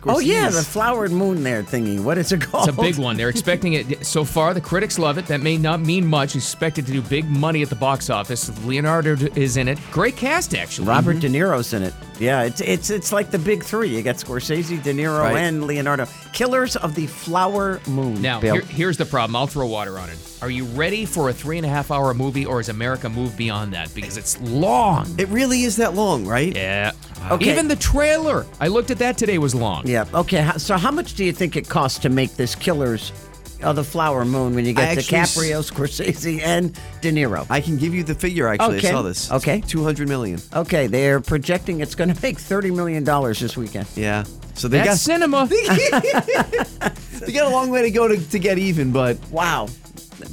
Speaker 4: Oh yeah, the flowered moon there thingy. What is it called?
Speaker 3: It's a big one. They're expecting it. So far, the critics love it. That may not mean much. It's Expected to do big money at the box office. Leonardo is in it. Great cast, actually.
Speaker 4: Robert
Speaker 8: Mm-hmm.
Speaker 4: De Niro's in it. Yeah, it's it's it's like the big three. You got Scorsese, De Niro,
Speaker 8: Right.
Speaker 4: and Leonardo. Killers of the Flower Moon.
Speaker 3: Now,
Speaker 4: Bill.
Speaker 3: here, here's the problem. I'll throw water on it. Are you ready for a three and a half hour movie, or has America moved beyond that? Because it's long.
Speaker 8: It really is that long, right?
Speaker 3: Yeah.
Speaker 4: Okay.
Speaker 3: Even the trailer, I looked at that today, was long.
Speaker 4: yeah. Okay. how- So, how much do you think it costs to make this Killers of the Flower Moon when you get
Speaker 8: I actually s-
Speaker 4: DiCaprio, Scorsese, and De Niro.
Speaker 8: I can give you the figure. Actually,
Speaker 4: Okay.
Speaker 8: I saw this.
Speaker 4: Okay.
Speaker 8: two hundred million.
Speaker 4: okay, they're projecting it's going to make thirty million dollars this weekend.
Speaker 8: Yeah. So they
Speaker 3: That's
Speaker 8: got
Speaker 3: cinema.
Speaker 8: they got a long way to go to, to get even, but
Speaker 4: Wow,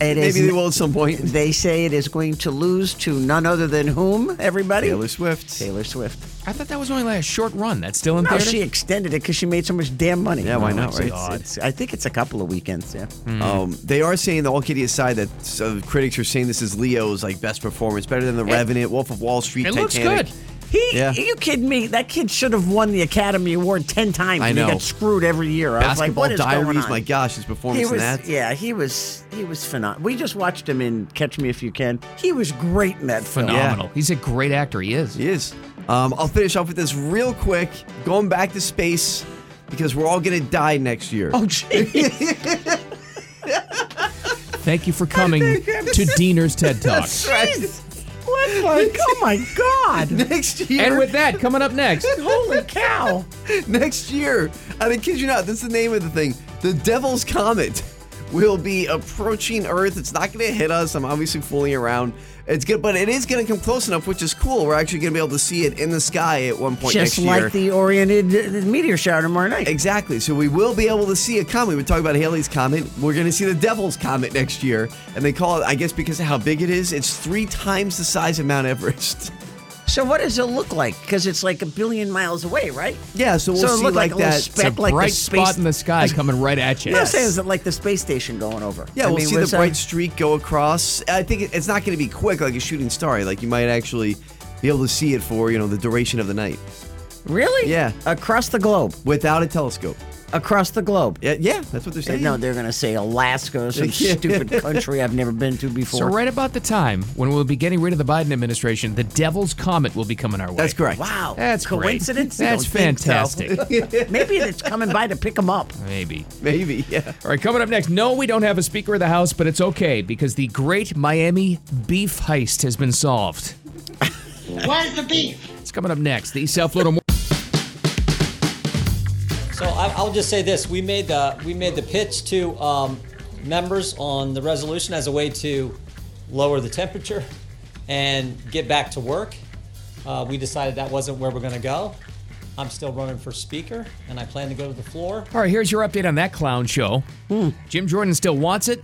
Speaker 4: It is.
Speaker 8: maybe they will at some point.
Speaker 4: They say it is going to lose to none other than whom? Everybody.
Speaker 8: Taylor Swift.
Speaker 4: Taylor Swift.
Speaker 3: I thought that was only like a short run. That's still in
Speaker 4: No,
Speaker 3: theater.
Speaker 4: she extended it because she made so much damn money.
Speaker 8: Yeah, why not,
Speaker 4: it's-
Speaker 8: right?
Speaker 4: it's- it's- I think it's a couple of weekends. Yeah.
Speaker 3: Mm.
Speaker 8: Um, they are saying, all kidding aside, that so critics are saying this is Leo's like best performance, better than The Revenant, Wolf of Wall Street,
Speaker 3: it
Speaker 8: Titanic.
Speaker 3: looks good.
Speaker 4: He,
Speaker 8: Yeah.
Speaker 4: are you kidding me? That kid should have won the Academy Award ten times.
Speaker 8: I
Speaker 4: and He
Speaker 8: know.
Speaker 4: got screwed every year. I was like,
Speaker 8: Basketball
Speaker 4: what is
Speaker 8: Diaries.
Speaker 4: going on?
Speaker 8: My gosh, his performance
Speaker 4: He
Speaker 8: in
Speaker 4: was,
Speaker 8: that.
Speaker 4: yeah, he was, he was phenomenal. We just watched him in Catch Me If You Can. He was great in that film.
Speaker 3: Phenomenal. He's a great actor. He is.
Speaker 8: He is. Um, I'll finish off with this real quick. Going back to space because we're all gonna die next year.
Speaker 4: Oh, gee.
Speaker 3: Thank you for coming to Diener's TED Talk.
Speaker 4: What? Like, oh my God!
Speaker 8: next year.
Speaker 3: And with that, coming up next,
Speaker 4: Holy cow!
Speaker 8: next year. I mean, kid you not, that's the name of the thing. The Devil's Comet will be approaching Earth. It's not going to hit us. I'm obviously fooling around. It's good, but it is going to come close enough, which is cool. We're actually going to be able to see it in the sky at one point
Speaker 4: Just
Speaker 8: next
Speaker 4: like
Speaker 8: year.
Speaker 4: the Oriented uh, meteor shower tomorrow night.
Speaker 8: Exactly. So we will be able to see a comet. We talked about Halley's Comet. We're going to see the Devil's Comet next year. And they call it, I guess because of how big it is, it's three times the size of Mount Everest.
Speaker 4: So what does it look like? Because it's like a billion miles away, right?
Speaker 8: Yeah, so we'll
Speaker 4: so it
Speaker 8: see
Speaker 4: looked like,
Speaker 8: like
Speaker 4: a little
Speaker 8: that.
Speaker 3: it's a
Speaker 4: speck, like
Speaker 3: bright
Speaker 4: the space.
Speaker 3: spot in the sky coming right at you.
Speaker 4: No, I'm saying is it like the space station going over?
Speaker 8: Yeah,
Speaker 4: I
Speaker 8: we'll
Speaker 4: mean,
Speaker 8: see the
Speaker 4: was, uh,
Speaker 8: bright streak go across. I think it- it's not going to be quick like a shooting star. Like you might actually be able to see it for you know the duration of the night
Speaker 4: Really?
Speaker 8: Yeah.
Speaker 4: Across the globe.
Speaker 8: without a telescope.
Speaker 4: Across the globe.
Speaker 8: Yeah, yeah that's what they're saying.
Speaker 4: No, they're going to say Alaska or some
Speaker 8: Yeah.
Speaker 4: stupid country I've never been to before.
Speaker 3: So right about the time when we'll be getting rid of the Biden administration, the Devil's Comet will be coming our way.
Speaker 8: that's correct.
Speaker 4: Wow.
Speaker 3: That's great.
Speaker 4: Oh, coincidence. You
Speaker 3: That's
Speaker 4: don't think so.
Speaker 3: fantastic.
Speaker 4: Maybe it's coming by to pick them up.
Speaker 3: Maybe.
Speaker 8: Maybe. Yeah.
Speaker 3: All right, coming up next. No, we don't have a Speaker of the House, but it's okay because the great Miami beef heist has been solved.
Speaker 2: Where's the beef?
Speaker 3: It's coming up next. The South Florida. Mor-
Speaker 5: So I, I'll just say this: we made the we made the pitch to um, members on the resolution as a way to lower the temperature and get back to work. Uh, we decided that wasn't where we're going to go. I'm still running for speaker, and I plan to go to the floor.
Speaker 3: All right, here's your update on that clown show. Jim Jordan still wants it.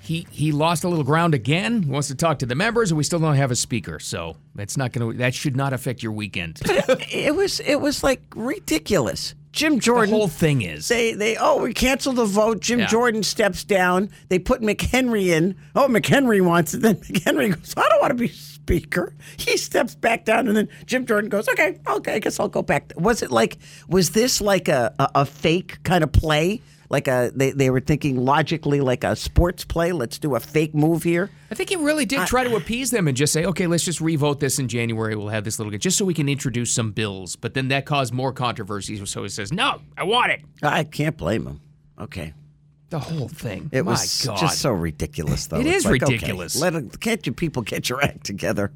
Speaker 3: He he lost a little ground again. He wants to talk to the members, and we still don't have a speaker. So that's not going to. That should not affect your weekend.
Speaker 4: It was it was like ridiculous. Jim
Speaker 3: the
Speaker 4: Jordan
Speaker 3: whole thing is.
Speaker 4: They they oh we cancel the vote. Jim
Speaker 3: Yeah.
Speaker 4: Jordan steps down. They put McHenry in. Oh McHenry wants it. Then McHenry goes. I don't want to be speaker. He steps back down, and then Jim Jordan goes. Okay, okay, I guess I'll go back. Was it like was this like a a, a fake kind of play? Like a they, they were thinking logically like a sports play. Let's do a fake move here.
Speaker 3: I think he really did try to appease them and just say, okay, let's just revote this in January. We'll have this little just so we can introduce some bills. But then that caused more controversy. So he says, no, I want it.
Speaker 4: I can't blame him. Okay,
Speaker 3: The whole thing.
Speaker 4: it
Speaker 3: My
Speaker 4: was
Speaker 3: God.
Speaker 4: just so ridiculous though.
Speaker 3: It is
Speaker 4: It's like, okay,
Speaker 3: ridiculous.
Speaker 4: let it- can't you people get your act together?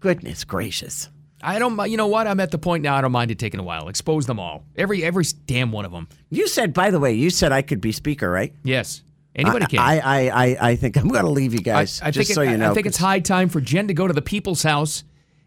Speaker 4: Goodness gracious.
Speaker 3: I don't. mi- You know what? I'm at the point now. I don't mind it taking a while. Expose them all. Every every damn one of them.
Speaker 4: You said, by the way, you said I could be speaker, right?
Speaker 3: Yes. Anybody
Speaker 4: I,
Speaker 3: can.
Speaker 4: I, I, I, I think I'm going to leave you guys.
Speaker 3: I
Speaker 4: just
Speaker 3: think
Speaker 4: so
Speaker 3: it-
Speaker 4: you know,
Speaker 3: I think it's
Speaker 4: 'cause-
Speaker 3: high time for Jen to go to the people's house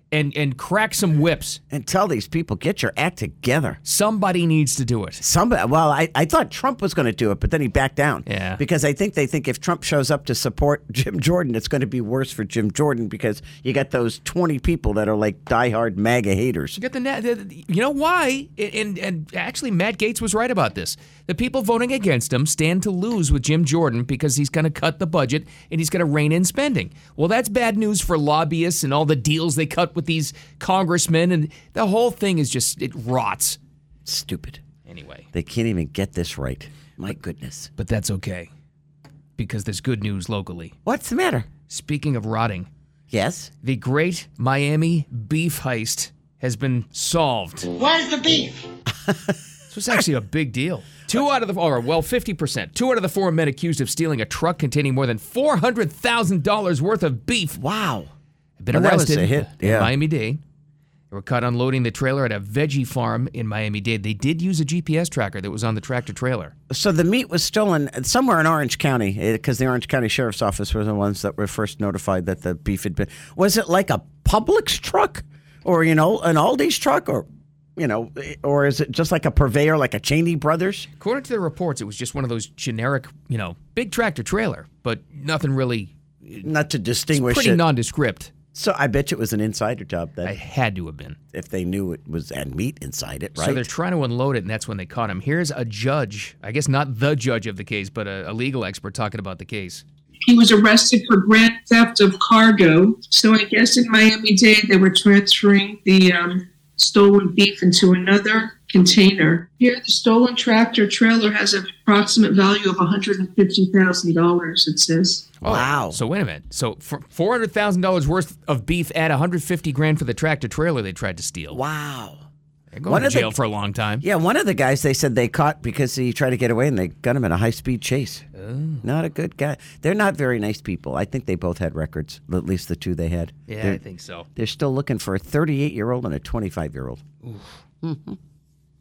Speaker 3: and and crack some whips.
Speaker 4: and tell these people get your act together.
Speaker 3: Somebody needs to do it.
Speaker 4: Somebody. Well, I, I thought Trump was going to do it, but then he backed down.
Speaker 3: Yeah.
Speaker 4: Because I think they think if Trump shows up to support Jim Jordan, it's going to be worse for Jim Jordan because you got those 20 people that are like diehard MAGA haters.
Speaker 3: You got the, na- the- the you know why? And, and and actually, Matt Gates was right about this. The people voting against him stand to lose with Jim Jordan because he's going to cut the budget and he's going to rein in spending. Well, that's bad news for lobbyists and all the deals they cut with these congressmen, and the whole thing is just it rots.
Speaker 4: Stupid.
Speaker 3: Anyway,
Speaker 4: They can't even get this right. My goodness.
Speaker 3: but that's okay because there's good news locally.
Speaker 4: What's the matter?
Speaker 3: Speaking of rotting.
Speaker 4: Yes.
Speaker 3: the great Miami beef heist has been solved. So
Speaker 2: Where's the beef?
Speaker 3: it's actually a big deal. Two out of the, or well, 50%, two out of the four men accused of stealing a truck containing more than $400,000 worth of beef
Speaker 4: Wow.
Speaker 3: have been
Speaker 4: Oh, that was
Speaker 3: arrested
Speaker 4: a hit,
Speaker 3: in
Speaker 4: yeah.
Speaker 3: Miami Dade. They were caught unloading the trailer at a veggie farm in Miami Dade. They did use a GPS tracker that was on the tractor trailer.
Speaker 4: So the meat was stolen somewhere in Orange County because the Orange County Sheriff's Office were the ones that were first notified that the beef had been. Was it like a Publix truck, or you know, an Aldi's truck, or you know, eh, or is it just like a purveyor, like a Cheney Brothers?
Speaker 3: According to the reports, it was just one of those generic, you know, big tractor trailer, but nothing really
Speaker 4: Not to distinguish
Speaker 3: pretty
Speaker 4: it.
Speaker 3: nondescript.
Speaker 4: so I bet you it was an insider job then,
Speaker 3: I had to have been.
Speaker 4: if they knew it was and meat inside it, right?
Speaker 3: So they're trying to unload it, and that's when they caught him. Here's a judge, I guess not the judge of the case, but a, a legal expert talking about the case.
Speaker 9: He was arrested for grand theft of cargo. So I guess in Miami Dade, they were transferring the um, stolen beef into another container. Here, the stolen tractor trailer has an approximate value of $150,000, it says.
Speaker 3: Oh,
Speaker 4: Wow.
Speaker 3: So wait a minute. So for four hundred thousand dollars worth of beef, add one hundred fifty grand for the tractor trailer they tried to steal.
Speaker 4: wow.
Speaker 3: They're going
Speaker 4: One
Speaker 3: to
Speaker 4: of the-
Speaker 3: jail for a long time.
Speaker 4: Yeah, one of the guys they said they caught because he tried to get away and they got him in a high speed chase.
Speaker 3: Oh.
Speaker 4: Not a good guy. They're not very nice people. I think they both had records, at least the two they had.
Speaker 3: Yeah,
Speaker 4: they're,
Speaker 3: I think so.
Speaker 4: They're still looking for a 38 year old and a 25 year old.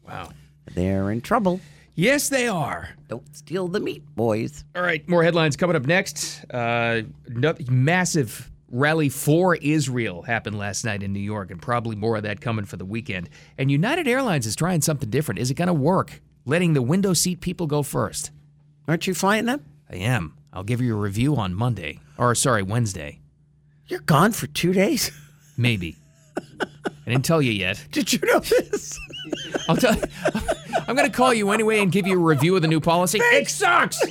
Speaker 3: Wow.
Speaker 4: They're in trouble.
Speaker 3: Yes, they are.
Speaker 4: Don't steal the meat, boys.
Speaker 3: All right, more headlines coming up next. Uh, no- massive rally for Israel happened last night in New York, and probably more of that coming for the weekend. And United Airlines is trying something different. Is it going to work? Letting the window seat people go first.
Speaker 4: Aren't you flying them?
Speaker 3: I am. I'll give you a review on Monday, or sorry, Wednesday,
Speaker 4: You're gone for two days.
Speaker 3: maybe. I didn't tell you yet.
Speaker 4: Did you know this?
Speaker 3: I'll tell. I'm going to call you anyway and give you a review of the new policy. It sucks.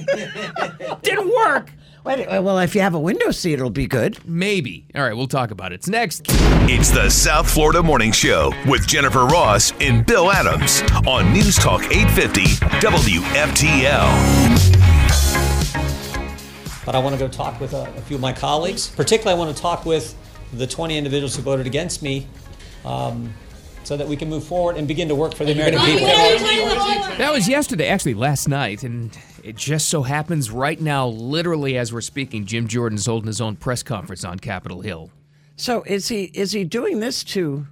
Speaker 3: Didn't work.
Speaker 4: Wait, well, if you have a window seat, it'll be good.
Speaker 3: Maybe. All right, we'll talk about it. It's next.
Speaker 1: It's the South Florida Morning Show with Jennifer Ross and Bill Adams on News Talk 850 WFTL.
Speaker 5: but I want to go talk with a, a few of my colleagues. Particularly, I want to talk with the 20 individuals who voted against me um, so that we can move forward and begin to work for the American people.
Speaker 3: That was yesterday, actually last night, and it just so happens right now, literally as we're speaking, Jim Jordan's holding his own press conference on Capitol Hill.
Speaker 4: So is he is he doing this to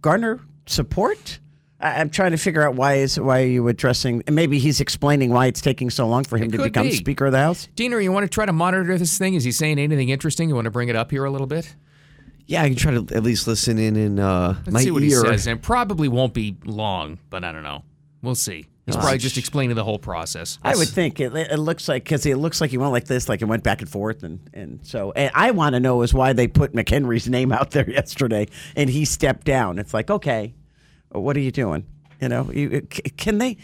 Speaker 4: garner support? I, I'm trying to figure out why is why are you addressing? And maybe he's explaining why it's taking so long for him to
Speaker 3: could
Speaker 4: become
Speaker 3: be.
Speaker 4: Speaker of the House.
Speaker 3: Diener, you want to try to monitor this thing? Is he saying anything interesting? You want to bring it up here a little bit?
Speaker 8: Yeah, I can try to at least listen in and uh,
Speaker 3: Let's
Speaker 8: my
Speaker 3: see what
Speaker 8: ear.
Speaker 3: he says. And probably won't be long, but I don't know. We'll see. He's probably just explaining the whole process.
Speaker 4: I would think it, it looks like because it looks like he went like this, like it went back and forth, and and so and I want to know is why they put McHenry's name out there yesterday and he stepped down. It's like okay, what are you doing? You know, you, c- can they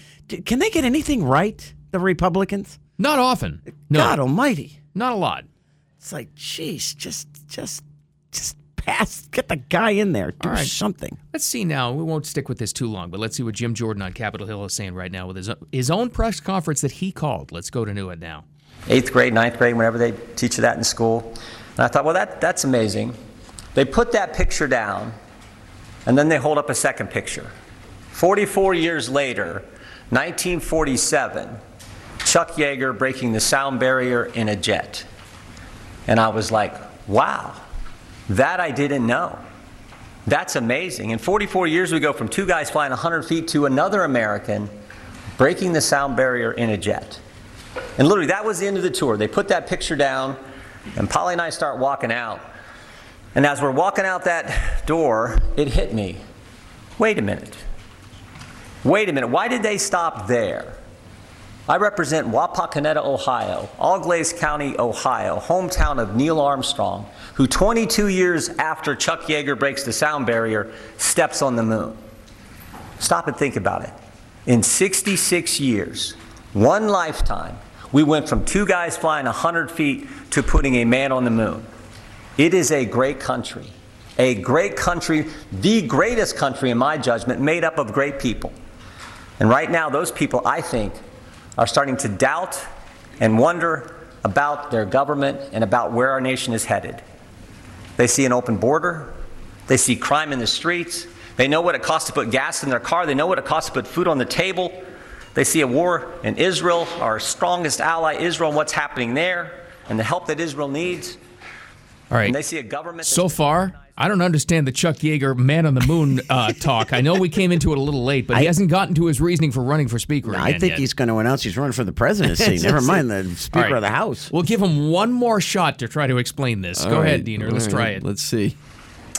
Speaker 4: can they get anything right? The Republicans,
Speaker 3: Not often. No,
Speaker 4: God Almighty.
Speaker 3: not a lot.
Speaker 4: It's like, geez, just, just, just pass. Get the guy in there. Do
Speaker 3: right.
Speaker 4: something.
Speaker 3: Let's see now. We won't stick with this too long, but let's see what Jim Jordan on Capitol Hill is saying right now with his, his own press conference that he called. Let's go to New It now.
Speaker 5: eighth grade, ninth grade, whenever they teach you that in school. And I thought, well, that, that's amazing. They put that picture down, and then they hold up a second picture. 44 years later, 1947, Chuck Yeager breaking the sound barrier in a jet. And I was like, wow, that I didn't know. That's amazing. In 44 years, we go from two guys flying 100 feet to another American breaking the sound barrier in a jet. And literally, that was the end of the tour. They put that picture down, and Polly and I start walking out. And as we're walking out that door, it hit me. Wait a minute. Wait a minute. Why did they stop there? I represent Wapakoneta, Ohio, Allglaze County, Ohio, hometown of Neil Armstrong, who 22 years after Chuck Yeager breaks the sound barrier steps on the moon. Stop and think about it. In 66 years, one lifetime, we went from two guys flying 100 feet to putting a man on the moon. It is a great country. A great country, the greatest country in my judgment, made up of great people. And right now, those people, I think, are starting to doubt and wonder about their government and about where our nation is headed. They see an open border. They see crime in the streets. They know what it costs to put gas in their car. They know what it costs to put food on the table. They see a war in Israel, our strongest ally, Israel, and what's happening there, and the help that Israel needs.
Speaker 3: All right.
Speaker 5: And they see a government.
Speaker 3: So
Speaker 5: that's-
Speaker 3: far, I don't understand the Chuck Yeager man on the moon uh, talk. I know we came into it a little late, but he hasn't gotten to his reasoning for running for speaker.
Speaker 4: I
Speaker 3: again
Speaker 4: think
Speaker 3: yet.
Speaker 4: he's going to announce he's running for the presidency. Never mind the Speaker
Speaker 3: right.
Speaker 4: of the House.
Speaker 3: We'll give him one more shot to try to explain this. Go
Speaker 8: All
Speaker 3: ahead,
Speaker 8: right,
Speaker 3: Diener.
Speaker 8: all
Speaker 3: Let's
Speaker 8: right,
Speaker 3: try it.
Speaker 8: Let's see.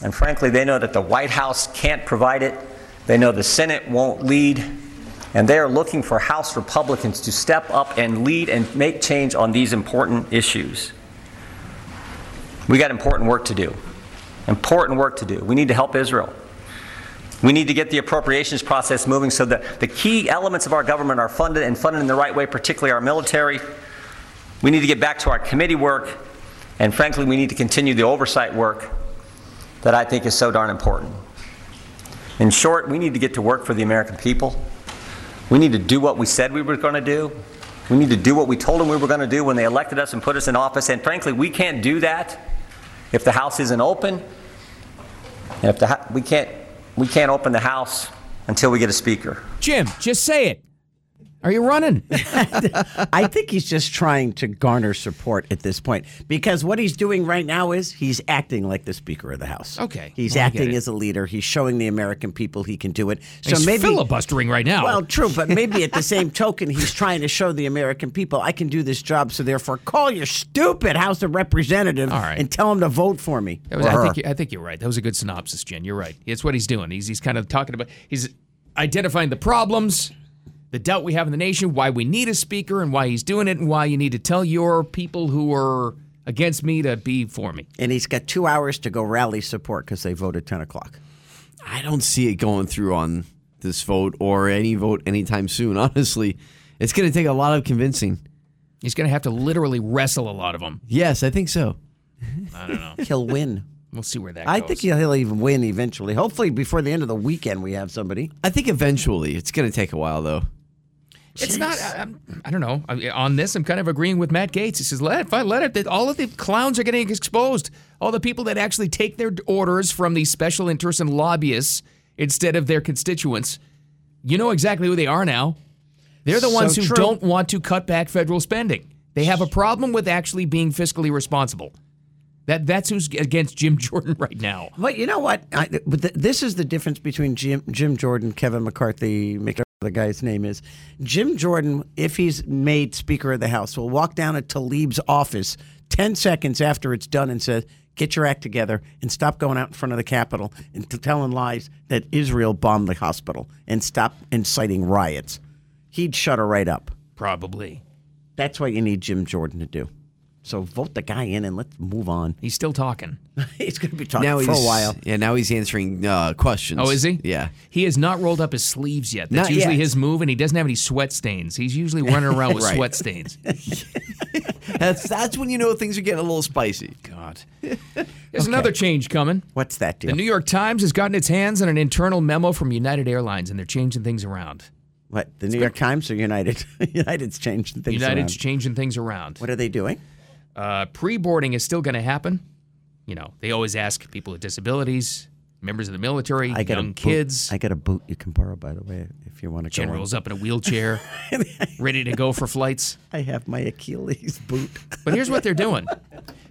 Speaker 5: And frankly, they know that the White House can't provide it. They know the Senate won't lead. And they are looking for House Republicans to step up and lead and make change on these important issues. We got important work to do. Important work to do. We need to help Israel. We need to get the appropriations process moving so that the key elements of our government are funded and funded in the right way, particularly our military. We need to get back to our committee work. And frankly, we need to continue the oversight work that I think is so darn important. In short, we need to get to work for the American people. We need to do what we said we were going to do. We need to do what we told them we were going to do when they elected us and put us in office. And frankly, we can't do that if the House isn't open. And if the, hou- we, can't, we can't open the House until we get a speaker.
Speaker 3: Jim, just say it. Are you running?
Speaker 4: I think he's just trying to garner support at this point because what he's doing right now is he's acting like the Speaker of the House.
Speaker 3: Okay.
Speaker 4: He's
Speaker 3: Well, I get
Speaker 4: acting
Speaker 3: it.
Speaker 4: as a leader. He's showing the American people he can do it. So
Speaker 3: he's
Speaker 4: maybe
Speaker 3: filibustering right now.
Speaker 4: Well, true, but maybe at the same token, he's trying to show the American people I can do this job. So therefore, call your stupid House of Representatives
Speaker 3: All right.
Speaker 4: and tell them to vote for me.
Speaker 3: That was-
Speaker 4: or
Speaker 3: I,
Speaker 4: her.
Speaker 3: think, you- I think you're right. That was a good synopsis, Jen. You're right. It's what he's doing. He's, he's kind of talking about, he's identifying the problems, the doubt we have in the nation, why we need a speaker, and why he's doing it, and why you need to tell your people who are against me to be for me.
Speaker 4: and he's got two hours to go rally support because they voted ten o'clock.
Speaker 8: I don't see it going through on this vote or any vote anytime soon. Honestly, it's going to take a lot of convincing.
Speaker 3: He's going to have to literally wrestle a lot of them.
Speaker 8: Yes, I think so.
Speaker 4: He'll win.
Speaker 3: We'll see where that
Speaker 4: I
Speaker 3: goes.
Speaker 4: think he'll, he'll even win eventually. Hopefully, before the end of the weekend, we have somebody.
Speaker 8: I think eventually it's going to take a while though.
Speaker 3: It's not. I, I'm- I don't know. I, on this, I'm kind of agreeing with Matt Gates. He says, "Let if I let it, that all of the clowns are getting exposed. All the people that actually take their orders from these special interests and lobbyists instead of their constituents. You know exactly who they are now. They're the
Speaker 4: So
Speaker 3: ones who
Speaker 4: true.
Speaker 3: don't want to cut back federal spending. They have a problem with actually being fiscally responsible. That that's who's against Jim Jordan right now.
Speaker 4: But you know what? I, but th- this is the difference between Jim, Jim Jordan, Kevin McCarthy, Mc- the guy's name is. Jim Jordan, if he's made Speaker of the House, will walk down to Talib's office 10 seconds after it's done and says, Get your act together and stop going out in front of the Capitol and t- telling lies that Israel bombed the hospital and stop inciting riots. He'd shut her right up.
Speaker 3: Probably.
Speaker 4: That's what you need Jim Jordan to do. So vote the guy in and let's move on.
Speaker 3: He's still talking.
Speaker 4: he's going to be talking for a
Speaker 8: he's-
Speaker 4: while.
Speaker 8: Yeah, now he's answering uh, questions.
Speaker 3: Oh, is he?
Speaker 8: Yeah.
Speaker 3: He has not rolled up his sleeves yet. That's
Speaker 8: Not
Speaker 3: usually
Speaker 8: yet.
Speaker 3: his move, and he doesn't have any sweat stains. He's usually running around with
Speaker 8: Right.
Speaker 3: sweat stains.
Speaker 8: That's that's when you know things are getting a little spicy.
Speaker 3: God. There's another change coming.
Speaker 4: What's that deal?
Speaker 3: The New York Times has gotten its hands on an internal memo from United Airlines, and they're changing things around.
Speaker 4: What the New York Times or United? United's changing things.
Speaker 3: United's
Speaker 4: around.
Speaker 3: changing things around.
Speaker 4: What are they doing?
Speaker 3: Uh, Pre boarding is still going to happen. You know, they always ask people with disabilities, members of the military,
Speaker 4: got a
Speaker 3: young
Speaker 4: boot-
Speaker 3: kids,
Speaker 4: I got a boot you can borrow, by the way, if you want to go. on.
Speaker 3: generals up in a wheelchair, ready to go for flights.
Speaker 4: I have my Achilles boot.
Speaker 3: But here's what they're doing.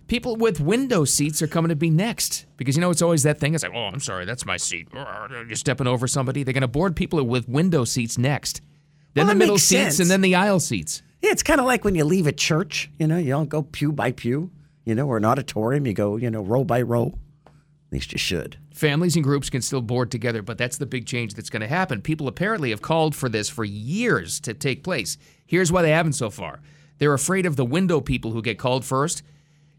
Speaker 3: People with window seats are coming to be next because you know it's always that thing. It's like, oh, I'm sorry, that's my seat. You're stepping over somebody. They're going to board people with window seats next, then
Speaker 4: Well,
Speaker 3: the
Speaker 4: that
Speaker 3: middle
Speaker 4: makes
Speaker 3: seats,
Speaker 4: sense.
Speaker 3: and then the aisle seats.
Speaker 4: yeah, it's kind of like when you leave a church. You know, you don't go pew by pew. You know, or an auditorium. You go, you know, row by row. At least you should.
Speaker 3: Families and groups can still board together, but that's the big change that's going to happen. People apparently have called for this for years to take place. Here's why they haven't so far they're afraid of the window people who get called first.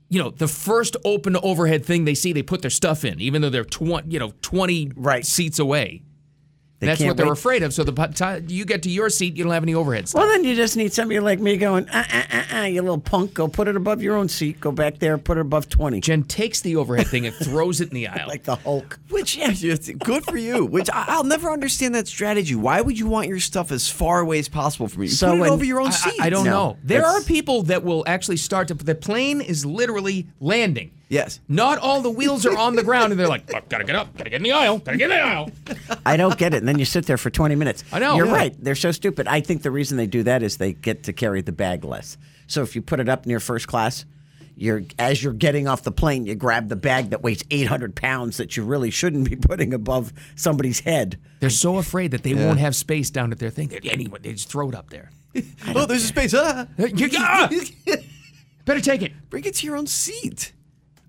Speaker 3: You know, the first open overhead thing they see, they put their stuff in, even though they're 20, you know, 20
Speaker 4: Right.
Speaker 3: seats away.
Speaker 4: They
Speaker 3: That's
Speaker 4: can't
Speaker 3: what they're
Speaker 4: wait.
Speaker 3: afraid of. So the time you get to your seat, you don't have any overhead stuff.
Speaker 4: Well, then you just need somebody like me going, ah, ah, ah, ah, you little punk. Go put it above your own seat. Go back there. Put it above twenty.
Speaker 3: Jen takes the overhead thing and throws it in the aisle.
Speaker 4: Like the Hulk.
Speaker 8: Which yeah, you- it's good for you. Which I, I'll never understand that strategy. Why would you want your stuff as far away as possible from you?
Speaker 4: So
Speaker 8: Put it
Speaker 4: when-
Speaker 8: over your own
Speaker 3: I-
Speaker 8: seat.
Speaker 3: I, I don't
Speaker 4: No,
Speaker 3: know. There are
Speaker 4: it's-
Speaker 3: people that will actually start to. The plane is literally landing.
Speaker 8: Yes.
Speaker 3: Not all the wheels are on the ground, and they're like, "Oh, "Gotta get up, gotta get in the aisle, gotta get in the aisle."
Speaker 4: I don't get it. And then you sit there for 20 minutes.
Speaker 3: I know.
Speaker 4: You're
Speaker 3: Yeah.
Speaker 4: right. They're so stupid. I think the reason they do that is they get to carry the bag less. So if you put it up near first class, You're as you're getting off the plane, you grab the bag that weighs 800 pounds that you really shouldn't be putting above somebody's head.
Speaker 3: They're so afraid that they won't have space down at their thing. That anyone, they just throw it up there.
Speaker 8: Oh, there's a space. Ah,
Speaker 3: You- ah! Better take it.
Speaker 8: bring it to your own seat.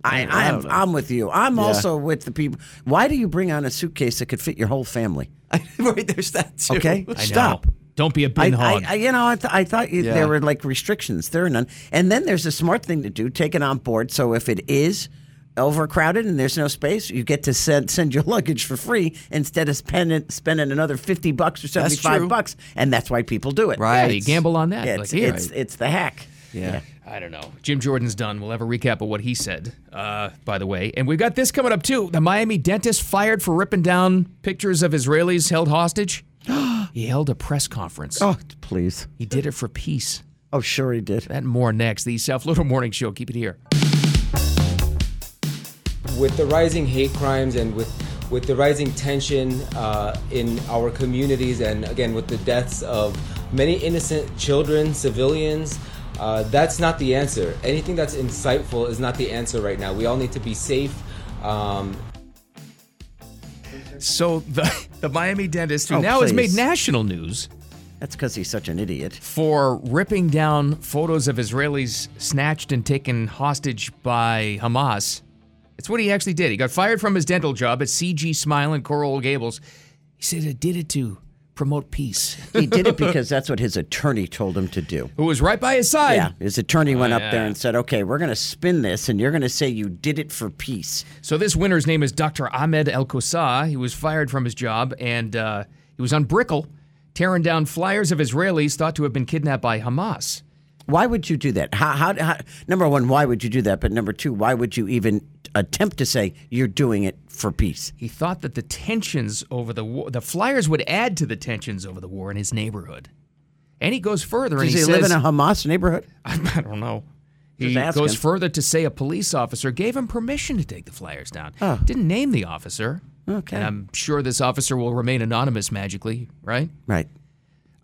Speaker 4: I,
Speaker 8: I
Speaker 4: I'm
Speaker 8: don't know.
Speaker 4: I'm with you. I'm also with the people. Why do you bring on a suitcase that could fit your whole family?
Speaker 8: right, there's that too.
Speaker 4: Okay, stop.
Speaker 3: Don't be a
Speaker 4: I,
Speaker 3: bin hog.
Speaker 4: I, I, you know, I, th- I thought you,
Speaker 8: Yeah.
Speaker 4: there were like restrictions. There are none. And then there's a smart thing to do: take it on board. So if it is overcrowded and there's no space, you get to send send your luggage for free instead of spending spending another fifty bucks or seventy
Speaker 8: true.
Speaker 4: five bucks. And that's why people do it.
Speaker 8: Right.
Speaker 3: Yeah, you gamble on that.
Speaker 4: Yeah,
Speaker 3: Like,
Speaker 4: it's
Speaker 3: here.
Speaker 4: it's, it's the hack.
Speaker 8: Yeah.
Speaker 3: I don't know. Jim Jordan's done. We'll have a recap of what he said, uh, by the way. And we've got this coming up, too. The Miami dentist fired for ripping down pictures of Israelis held hostage. he held a press conference.
Speaker 4: Oh, please.
Speaker 3: He did it for peace.
Speaker 4: Oh, sure he did.
Speaker 3: That and more next. The South Florida Morning Show. Keep it here.
Speaker 7: with the rising hate crimes and with with the rising tension uh, in our communities and again with the deaths of many innocent children civilians uh, that's not the answer anything that's insightful is not the answer right now we all need to be safe um,
Speaker 3: So the, the Miami dentist, who
Speaker 4: Oh,
Speaker 3: now has made
Speaker 4: please.
Speaker 3: national news
Speaker 4: That's because he's such an idiot.
Speaker 3: for ripping down photos of Israelis snatched and taken hostage by Hamas. It's what he actually did. He got fired from his dental job at CG Smile in Coral Gables. He said he did it to promote peace.
Speaker 4: He did it because that's what his attorney told him to do.
Speaker 3: Who was right by his
Speaker 8: Oh.
Speaker 3: side.
Speaker 4: Yeah, his attorney went
Speaker 3: Oh,
Speaker 4: up there and said, "Okay, we're going to spin this, and you're going to say you did it for peace."
Speaker 3: So this winner's name is Dr. Ahmed El Kosa. He was fired from his job and uh, he was on Brickell tearing down flyers of Israelis thought to have been kidnapped by Hamas.
Speaker 4: Why would you do that? How, how, how? Number one, why would you do that? But number two, why would you even attempt to say you're doing it for peace?
Speaker 3: He thought that the tensions over the war, the flyers would add to the tensions over the war in his neighborhood. And he goes further and
Speaker 4: Does
Speaker 3: he,
Speaker 4: he,
Speaker 3: says,
Speaker 4: live in a Hamas neighborhood?
Speaker 3: I don't know. He
Speaker 4: Just ask
Speaker 3: goes
Speaker 4: him.
Speaker 3: further to say a police officer gave him permission to take the flyers down. Didn't name the officer.
Speaker 4: Oh. Okay.
Speaker 3: And I'm sure this officer will remain anonymous magically, right?
Speaker 4: Right.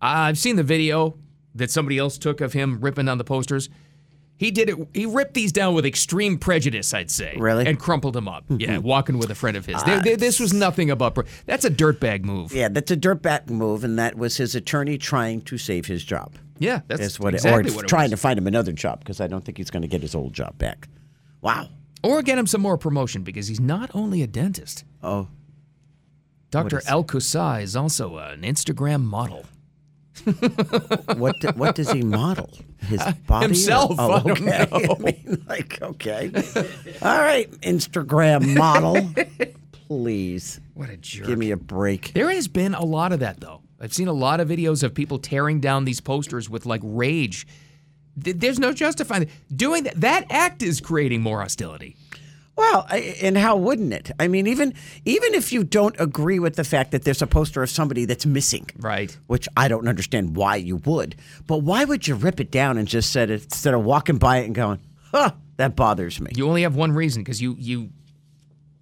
Speaker 3: Uh, I've seen the video that somebody else took of him ripping on the posters. He did it. He ripped these down with extreme prejudice, I'd say.
Speaker 4: Really? Ah,
Speaker 3: And crumpled them up. Yeah, walking with a friend of his. They- they- this was nothing about. Pre- That's a dirtbag move.
Speaker 4: Yeah, that's a dirtbag move, and that was his attorney trying to save his job.
Speaker 3: Yeah, that's
Speaker 4: Is what
Speaker 3: exactly
Speaker 4: it, or
Speaker 3: what it
Speaker 4: trying
Speaker 3: was.
Speaker 4: to find him another job because I don't think he's going to get his old job back. Wow.
Speaker 3: or get him some more promotion because he's not only a dentist.
Speaker 8: Oh.
Speaker 3: Dr. El Kusai is also an Instagram model.
Speaker 4: what do- what does he model? His body or-
Speaker 3: Uh,
Speaker 4: oh,
Speaker 3: himself, I don't
Speaker 4: okay. I mean, like okay, all right, Instagram model. Please
Speaker 3: What a jerk.
Speaker 4: give me a break.
Speaker 3: There has been a lot of that, though. I've seen a lot of videos of people tearing down these posters with like rage. Th- There's no justifying it. doing that. That act is creating more hostility.
Speaker 4: Well, I, and how wouldn't it? I mean, even even if you don't agree with the fact that there's a poster of somebody that's missing,
Speaker 3: Right.
Speaker 4: Which I don't understand why you would, but why would you rip it down and just said it instead of walking by it and going, "Huh, that bothers me."
Speaker 3: You only have one reason because you you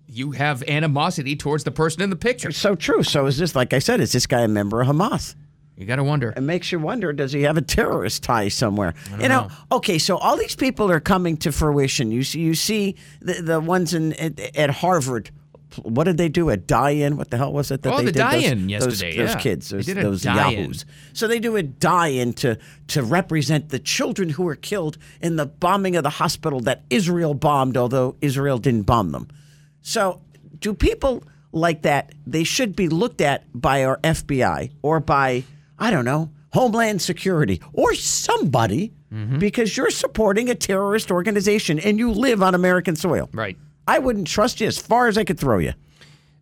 Speaker 3: you have animosity towards the person in the picture.
Speaker 4: so true. So is this, like I said, is this guy a member of Hamas?
Speaker 3: You got to wonder.
Speaker 4: It makes you wonder does he have a terrorist tie somewhere? You know, okay, so all these people are coming to fruition. You see, you see the, the ones in at, at Harvard. What did they do? A die-in? What the hell was it that
Speaker 3: Oh,
Speaker 4: they
Speaker 3: the
Speaker 4: did? Those-
Speaker 3: die-in
Speaker 4: those,
Speaker 3: yesterday,
Speaker 4: Those
Speaker 3: yeah.
Speaker 4: kids,
Speaker 3: They
Speaker 4: those,
Speaker 3: did a
Speaker 4: those
Speaker 3: die-in.
Speaker 4: yahoos. So they do a die-in to to represent the children who were killed in the bombing of the hospital that Israel bombed, although Israel didn't bomb them. So do people like that? They should be looked at by our FBI or by I don't know Homeland Security or somebody
Speaker 3: Mm-hmm.
Speaker 4: because you're supporting a terrorist organization and you live on American soil.
Speaker 3: Right.
Speaker 4: I wouldn't trust you as far as I could throw you.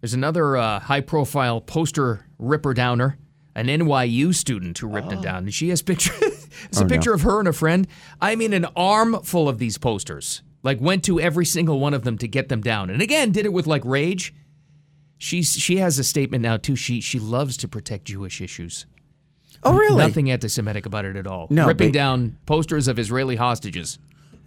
Speaker 3: There's another uh, high profile poster ripper downer, an NYU student who
Speaker 4: Oh.
Speaker 3: ripped it down. And she has pictures. it's a picture of her and a friend. I mean, an arm full of these posters. Like, went to every single one of them to get them down. And again, did it with like rage. She's, she has a statement now, too. She, she loves to protect Jewish issues.
Speaker 4: Oh, really?
Speaker 3: Nothing anti Semitic about it at all.
Speaker 4: No,
Speaker 3: Ripping
Speaker 4: but-
Speaker 3: down posters of Israeli hostages.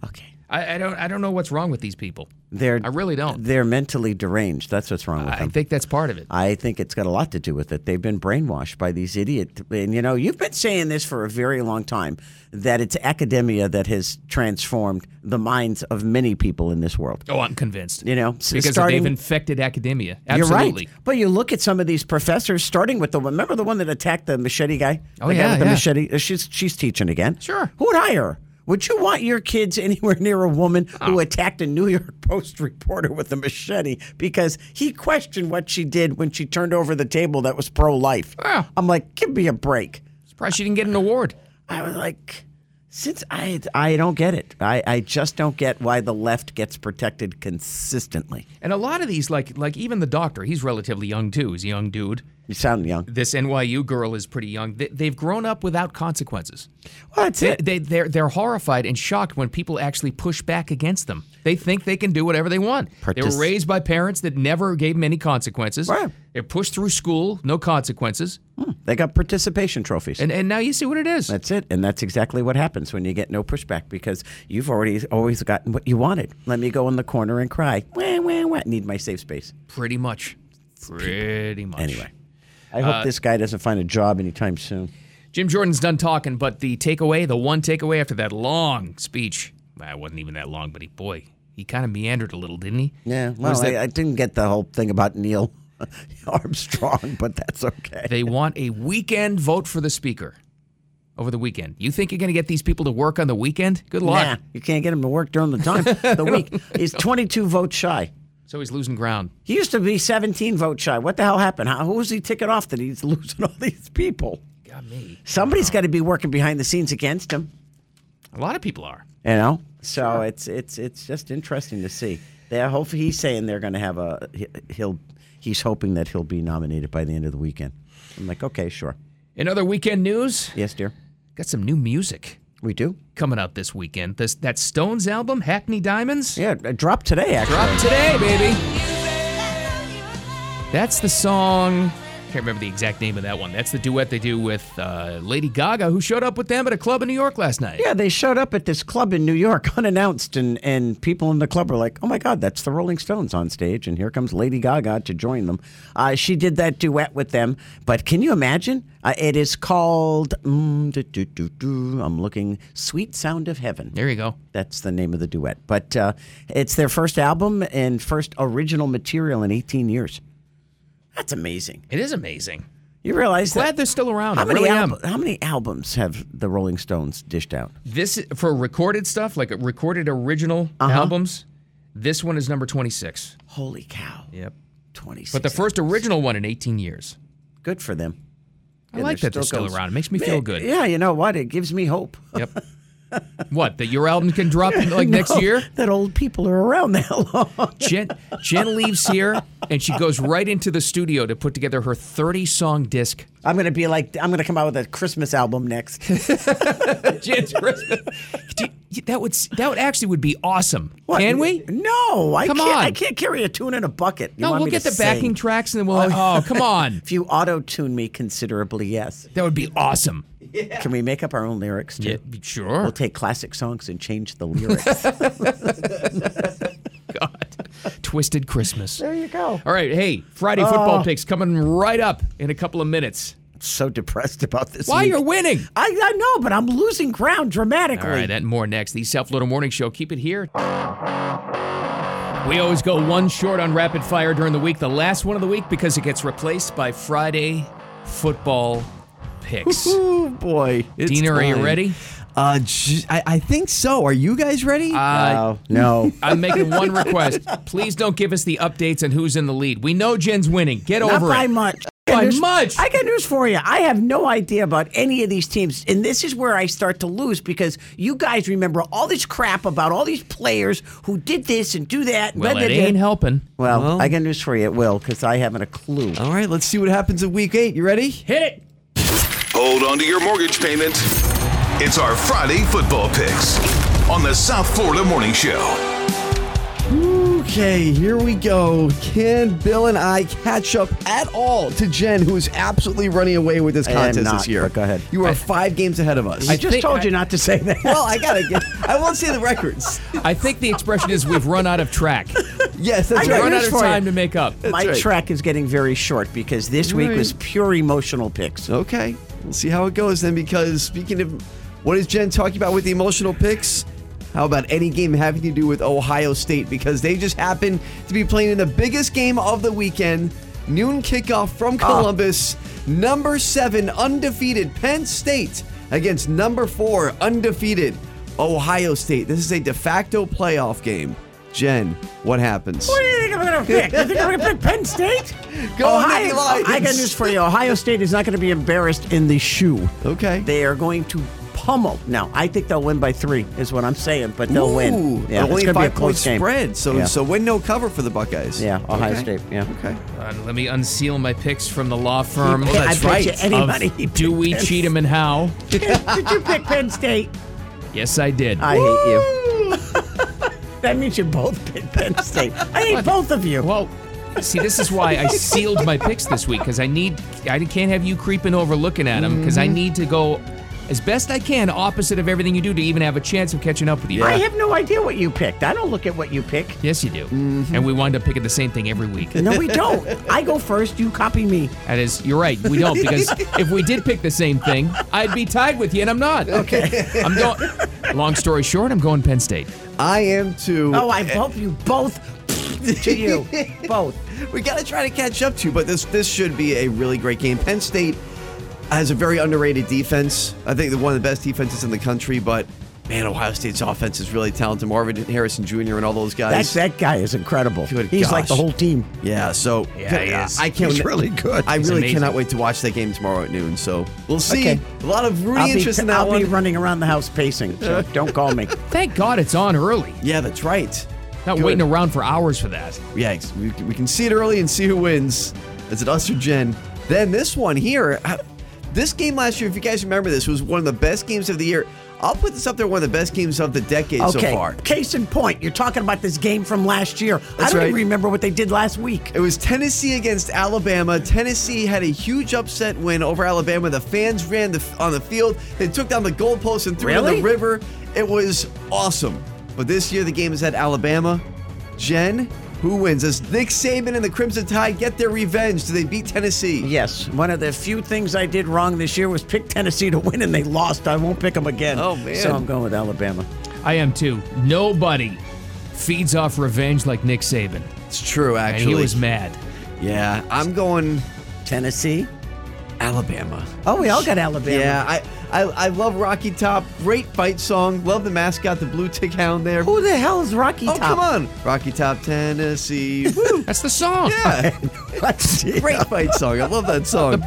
Speaker 4: Okay.
Speaker 3: I, I don't. I don't know what's wrong with these people.
Speaker 4: They're
Speaker 3: I really don't.
Speaker 4: They're mentally deranged. That's what's wrong with
Speaker 3: I
Speaker 4: them.
Speaker 3: think that's part of it.
Speaker 4: I think it's got a lot to do with it. They've been brainwashed by these idiot. And you know, you've been saying this for a very long time that it's academia that has transformed the minds of many people in this world.
Speaker 3: Oh, I'm convinced.
Speaker 4: You know, s-
Speaker 3: because
Speaker 4: starting,
Speaker 3: they've infected academia.
Speaker 4: you're
Speaker 3: Absolutely.
Speaker 4: right. But you look at some of these professors, starting with the remember the one that attacked the machete guy.
Speaker 3: Oh,
Speaker 4: the guy
Speaker 3: yeah,
Speaker 4: with the
Speaker 3: yeah.
Speaker 4: machete. Uh, She's she's teaching again.
Speaker 3: Sure.
Speaker 4: Who would hire? her? Would you want your kids anywhere near a woman who attacked a New York Post reporter with a machete because he questioned what she did when she turned over the table that was pro life?
Speaker 3: Yeah.
Speaker 4: I'm like, give me a break.
Speaker 3: Surprised she didn't get an award.
Speaker 4: I was like, since I I don't get it. I, I just don't get why the left gets protected consistently.
Speaker 3: And a lot of these, like like even the doctor, he's relatively young too. He's a young dude.
Speaker 4: You sound young.
Speaker 3: This NYU girl is pretty young. They, they've grown up without consequences.
Speaker 4: Well, that's
Speaker 3: They,
Speaker 4: it.
Speaker 3: they, they're, they're horrified and shocked when people actually push back against them. They think they can do whatever they want. they
Speaker 4: Partic-
Speaker 3: were raised by parents that never gave them any consequences.
Speaker 4: Right.
Speaker 3: They're pushed through school, no consequences.
Speaker 4: They got participation trophies.
Speaker 3: And, and now you see what it is.
Speaker 4: that's it. And that's exactly what happens when you get no pushback because you've already always gotten what you wanted. Let me go in the corner and cry. Wah, wah, wah. Need my safe space.
Speaker 3: Pretty much. Pretty much.
Speaker 4: Anyway, I
Speaker 3: Uh,
Speaker 4: hope this guy doesn't find a job anytime soon.
Speaker 3: Jim Jordan's done talking, but the takeaway, the one takeaway after that long speech, well, it wasn't even that long, but he, boy, he kind of meandered a little, didn't he?
Speaker 4: Yeah.
Speaker 3: Was
Speaker 4: Well,
Speaker 3: that
Speaker 4: I, I didn't get the whole thing about Neil Armstrong, but that's okay.
Speaker 3: they want a weekend vote for the speaker over the weekend. You think you're going to get these people to work on the weekend? Good luck.
Speaker 4: Nah, you can't get him to work during the time. The week. He's 22 votes shy.
Speaker 3: So he's losing ground.
Speaker 4: He used to be 17 votes shy. What the hell happened? How, who was he ticking off that he's losing all these people?
Speaker 3: Got me.
Speaker 4: Somebody's got to be working behind the scenes against him.
Speaker 3: A lot of people are.
Speaker 4: You know, so it's it's it's just interesting to see. They hopefully he's saying they're going to have a he- he'll he's hoping that he'll be nominated by the end of the weekend. I'm like, okay, sure,
Speaker 3: In other weekend news,
Speaker 4: yes, dear,
Speaker 3: got some new music
Speaker 4: we do.
Speaker 3: coming out this weekend. This that Stones album, Hackney Diamonds,
Speaker 4: Yeah, it dropped today actually.
Speaker 3: dropped today, baby. That's the song. Can't remember the exact name of that one. That's the duet they do with uh, Lady Gaga, who showed up with them at a club in New York last night.
Speaker 4: Yeah, they showed up at this club in New York unannounced, and, and people in the club were like, oh my God, that's the Rolling Stones on stage, and here comes Lady Gaga to join them. Uh, she did that duet with them, but can you imagine? Uh, it is called, mm, do, do, do, do, I'm looking, Sweet Sound of Heaven.
Speaker 3: There you go.
Speaker 4: That's the name of the duet. But uh, it's their first album and first original material in 18 years. That's amazing.
Speaker 3: It is amazing.
Speaker 4: You realize
Speaker 3: Glad
Speaker 4: that.
Speaker 3: they're still around.
Speaker 4: How
Speaker 3: I
Speaker 4: many,
Speaker 3: really am.
Speaker 4: albu- how many albums have the Rolling Stones dished out?
Speaker 3: This for recorded stuff, like recorded original albums. This one is number 26.
Speaker 4: Holy cow.
Speaker 3: Yep.
Speaker 4: 26.
Speaker 3: But the first original one in 18 years.
Speaker 4: Good for them.
Speaker 3: I like that they're still
Speaker 4: goes-
Speaker 3: around. It makes me feel good.
Speaker 4: Yeah, you know what? It gives me hope.
Speaker 3: Yep. what? That your album can drop like next
Speaker 4: No,
Speaker 3: year?
Speaker 4: That old people are around that long.
Speaker 3: Jen, Jen leaves here and she goes right into the studio to put together her 30 song disc.
Speaker 4: I'm going to be like, I'm going to come out with a Christmas album next.
Speaker 3: Jen's Christmas. Dude, That would s- that would actually would be awesome.
Speaker 4: What?
Speaker 3: Can we?
Speaker 4: No, I
Speaker 3: Come
Speaker 4: can't. I
Speaker 3: on.
Speaker 4: can't carry a tune in a bucket. You
Speaker 3: no,
Speaker 4: want
Speaker 3: we'll
Speaker 4: me
Speaker 3: get
Speaker 4: to
Speaker 3: the backing
Speaker 4: sing?
Speaker 3: tracks and then we'll. Oh, come on.
Speaker 4: If you auto tune me considerably, yes.
Speaker 3: That would be awesome.
Speaker 4: Can we make up our own lyrics too?
Speaker 3: Yeah, sure.
Speaker 4: We'll take classic songs and change the lyrics.
Speaker 3: God. Twisted Christmas.
Speaker 4: there you go. Uh.
Speaker 3: All right, hey, Friday football picks coming right up in a couple of minutes.
Speaker 4: So depressed about this.
Speaker 3: Why
Speaker 4: week.
Speaker 3: you're winning?
Speaker 4: I, I know, but I'm losing ground
Speaker 3: All
Speaker 4: dramatically.
Speaker 3: right, that and more next. The South Florida Morning Show. Keep it here. We always go one short on rapid fire during the week, the last one of the week because it gets replaced by Friday football picks.
Speaker 8: Oh boy, it's
Speaker 3: Dina, are you
Speaker 8: time.
Speaker 3: ready?
Speaker 8: Uh, j- I, I think so. Are you guys ready?
Speaker 3: Uh,
Speaker 4: Oh, no.
Speaker 3: I'm making one request. Please don't give us the updates on who's in the lead. We know Jen's winning. Get
Speaker 4: Not
Speaker 3: over
Speaker 4: by
Speaker 3: it.
Speaker 4: much.
Speaker 3: By
Speaker 4: I got news-
Speaker 3: much.
Speaker 4: I got news for you. I have no idea about any of these teams, and this is where I start to lose because you guys remember all this crap about all these players who did this and do that.
Speaker 3: Well,
Speaker 4: blah,
Speaker 3: it
Speaker 4: blah, blah.
Speaker 3: ain't helping.
Speaker 4: Well,
Speaker 8: Well-
Speaker 4: I got news for you. It will because I haven't a clue.
Speaker 3: Oh,
Speaker 8: All right, let's see what happens in week eight. You ready?
Speaker 3: Hit it.
Speaker 1: Hold on to your mortgage payment. It's our Friday football picks on the South Florida Morning Show.
Speaker 8: Okay, here we go. Can Bill and I catch up at all to Jen, who is absolutely running away with this
Speaker 4: I am
Speaker 8: contest
Speaker 4: not,
Speaker 8: this year?
Speaker 4: but go ahead.
Speaker 8: You are five games ahead of us.
Speaker 4: I
Speaker 3: I
Speaker 4: just
Speaker 3: think
Speaker 4: told
Speaker 3: I-
Speaker 4: you not to say that.
Speaker 8: well, I gotta get. I won't say the records.
Speaker 3: I think the expression is we've run out of track.
Speaker 8: Yes, that's
Speaker 4: I got
Speaker 8: right.
Speaker 3: run out
Speaker 4: news
Speaker 3: of
Speaker 4: for you.
Speaker 3: time to make up.
Speaker 4: My
Speaker 8: right.
Speaker 4: track is getting very short because this week was
Speaker 8: Right.
Speaker 4: pure emotional picks.
Speaker 8: Okay, we'll see how it goes then. Because speaking of what is Jen talking about with the emotional picks, how about any game having to do with Ohio State? Because they just happen to be playing in the biggest game of the weekend, noon kickoff from
Speaker 4: Ah.
Speaker 8: Columbus. Number seven undefeated Penn State against number four undefeated Ohio State. This is a de facto playoff game. Jen, what happens?
Speaker 4: you think I'm going to pick? You think I'm going to pick Penn State?
Speaker 8: Go on,
Speaker 4: Ohio,
Speaker 8: Nittany Lions.
Speaker 4: I got news for you. Ohio State is not going to be embarrassed in the shoe.
Speaker 8: Okay.
Speaker 4: They are going to pummel. Now, I think they'll win by three, is what I'm saying, but they'll
Speaker 8: Ooh,
Speaker 4: win. Yeah, it's gonna
Speaker 8: only
Speaker 4: be a
Speaker 8: five point
Speaker 4: close game.
Speaker 8: spread. So
Speaker 4: Yeah.
Speaker 8: so win no cover for the Buckeyes.
Speaker 4: Yeah, Ohio
Speaker 8: Okay.
Speaker 4: State. Yeah.
Speaker 8: Okay.
Speaker 3: Uh, let me unseal my picks from the law firm.
Speaker 4: He picked- I bet you anybody he
Speaker 3: Of Dewey,
Speaker 4: picked.
Speaker 3: Cheatham, and Howe.
Speaker 4: Did you pick Penn State?
Speaker 3: Yes, I did.
Speaker 4: I hate you. that means you both picked Penn State. I hate both of you.
Speaker 3: Well, see, this is why I sealed my picks this week because I need, I can't have you creeping over looking at them because I
Speaker 4: Mm-hmm.
Speaker 3: need to go as best I can opposite of everything you do to even have a chance of catching up with you.
Speaker 4: I have no idea what you picked. I don't look at what you pick.
Speaker 3: Yes, you do.
Speaker 4: Mm-hmm.
Speaker 3: And we wind up picking the same thing every week.
Speaker 4: No, we don't. I go first. You copy me.
Speaker 3: That is, you're right. We don't because if we did pick the same thing, I'd be tied with you, and I'm not. Okay. I'm going. Long story short, I'm going Penn State.
Speaker 8: I am too.
Speaker 4: Oh, I hope you both. to you, both.
Speaker 8: we got to try to catch up to, you, but this this should be a really great game. Penn State has a very underrated defense. I think they're one of the best defenses in the country, but man, Ohio State's offense is really talented. Marvin Harrison Jr. and all those
Speaker 4: That
Speaker 8: guys.
Speaker 4: that guy is incredible.
Speaker 8: Good
Speaker 4: He's like
Speaker 8: gosh.
Speaker 4: the whole team.
Speaker 8: Yeah, so uh,
Speaker 3: Yeah, he is.
Speaker 8: I can't.
Speaker 4: He's really
Speaker 8: good. I really
Speaker 3: amazing.
Speaker 8: cannot wait to watch that game tomorrow at noon. So we'll see.
Speaker 4: Okay.
Speaker 8: A lot of rooting
Speaker 4: I'll,
Speaker 8: interest
Speaker 4: be,
Speaker 8: in that
Speaker 4: I'll
Speaker 8: one.
Speaker 4: be running around the house pacing. So don't call me.
Speaker 3: Thank God it's on early.
Speaker 8: yeah, that's right.
Speaker 3: Not
Speaker 8: Good.
Speaker 3: waiting around for hours for that.
Speaker 8: Yeah, ex- we, we can see it early and see who wins. Is it us or Jen? Then this one here, I- this game last year, if you guys remember this, was one of the best games of the year. I'll put this up there, one of the best games of the decade so
Speaker 4: Okay.
Speaker 8: far.
Speaker 4: Case in point, you're talking about this game from last year. I
Speaker 8: That's
Speaker 4: don't
Speaker 8: right.
Speaker 4: even remember what they did last week.
Speaker 8: It was Tennessee against Alabama. Tennessee had a huge upset win over Alabama. The fans ran the, on the field. They took down the goalposts and threw it in
Speaker 4: Really?
Speaker 8: the river. It was awesome. But this year, the game is at Alabama. Jen, who wins? Does Nick Saban and the Crimson Tide get their revenge? Do they beat Tennessee?
Speaker 4: Yes, one of the few things I did wrong this year was pick Tennessee to win, and they lost. I won't pick them again.
Speaker 8: Oh, man.
Speaker 4: So I'm going with Alabama.
Speaker 3: I am too. Nobody feeds off revenge like Nick Saban.
Speaker 8: It's true,
Speaker 3: And
Speaker 8: actually.
Speaker 3: he was mad.
Speaker 8: Yeah, I'm going
Speaker 4: Tennessee.
Speaker 8: Alabama.
Speaker 4: Oh, we all got Alabama.
Speaker 8: Yeah, I, I I love Rocky Top. Great fight song. Love the mascot, the blue tick hound there.
Speaker 4: Who the hell is Rocky
Speaker 8: oh,
Speaker 4: Top?
Speaker 8: come on. Rocky Top, Tennessee. Woo.
Speaker 3: That's the song.
Speaker 8: Yeah,
Speaker 4: Let's see.
Speaker 8: great fight song. I love that song.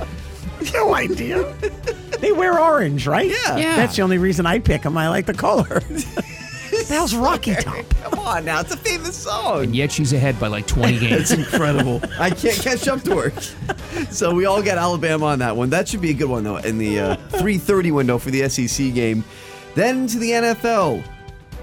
Speaker 4: No idea. they wear orange, right?
Speaker 8: Yeah.
Speaker 3: Yeah.
Speaker 4: That's the only reason I pick them. I like the color. that was Rocky Top.
Speaker 8: Come on now, it's a famous song.
Speaker 3: And yet she's ahead by like 20
Speaker 8: It's
Speaker 3: games.
Speaker 8: incredible. I can't catch up to her. So we all got Alabama on that one. That should be a good one though in the uh, 3:30 window for the SEC game. Then to the NFL.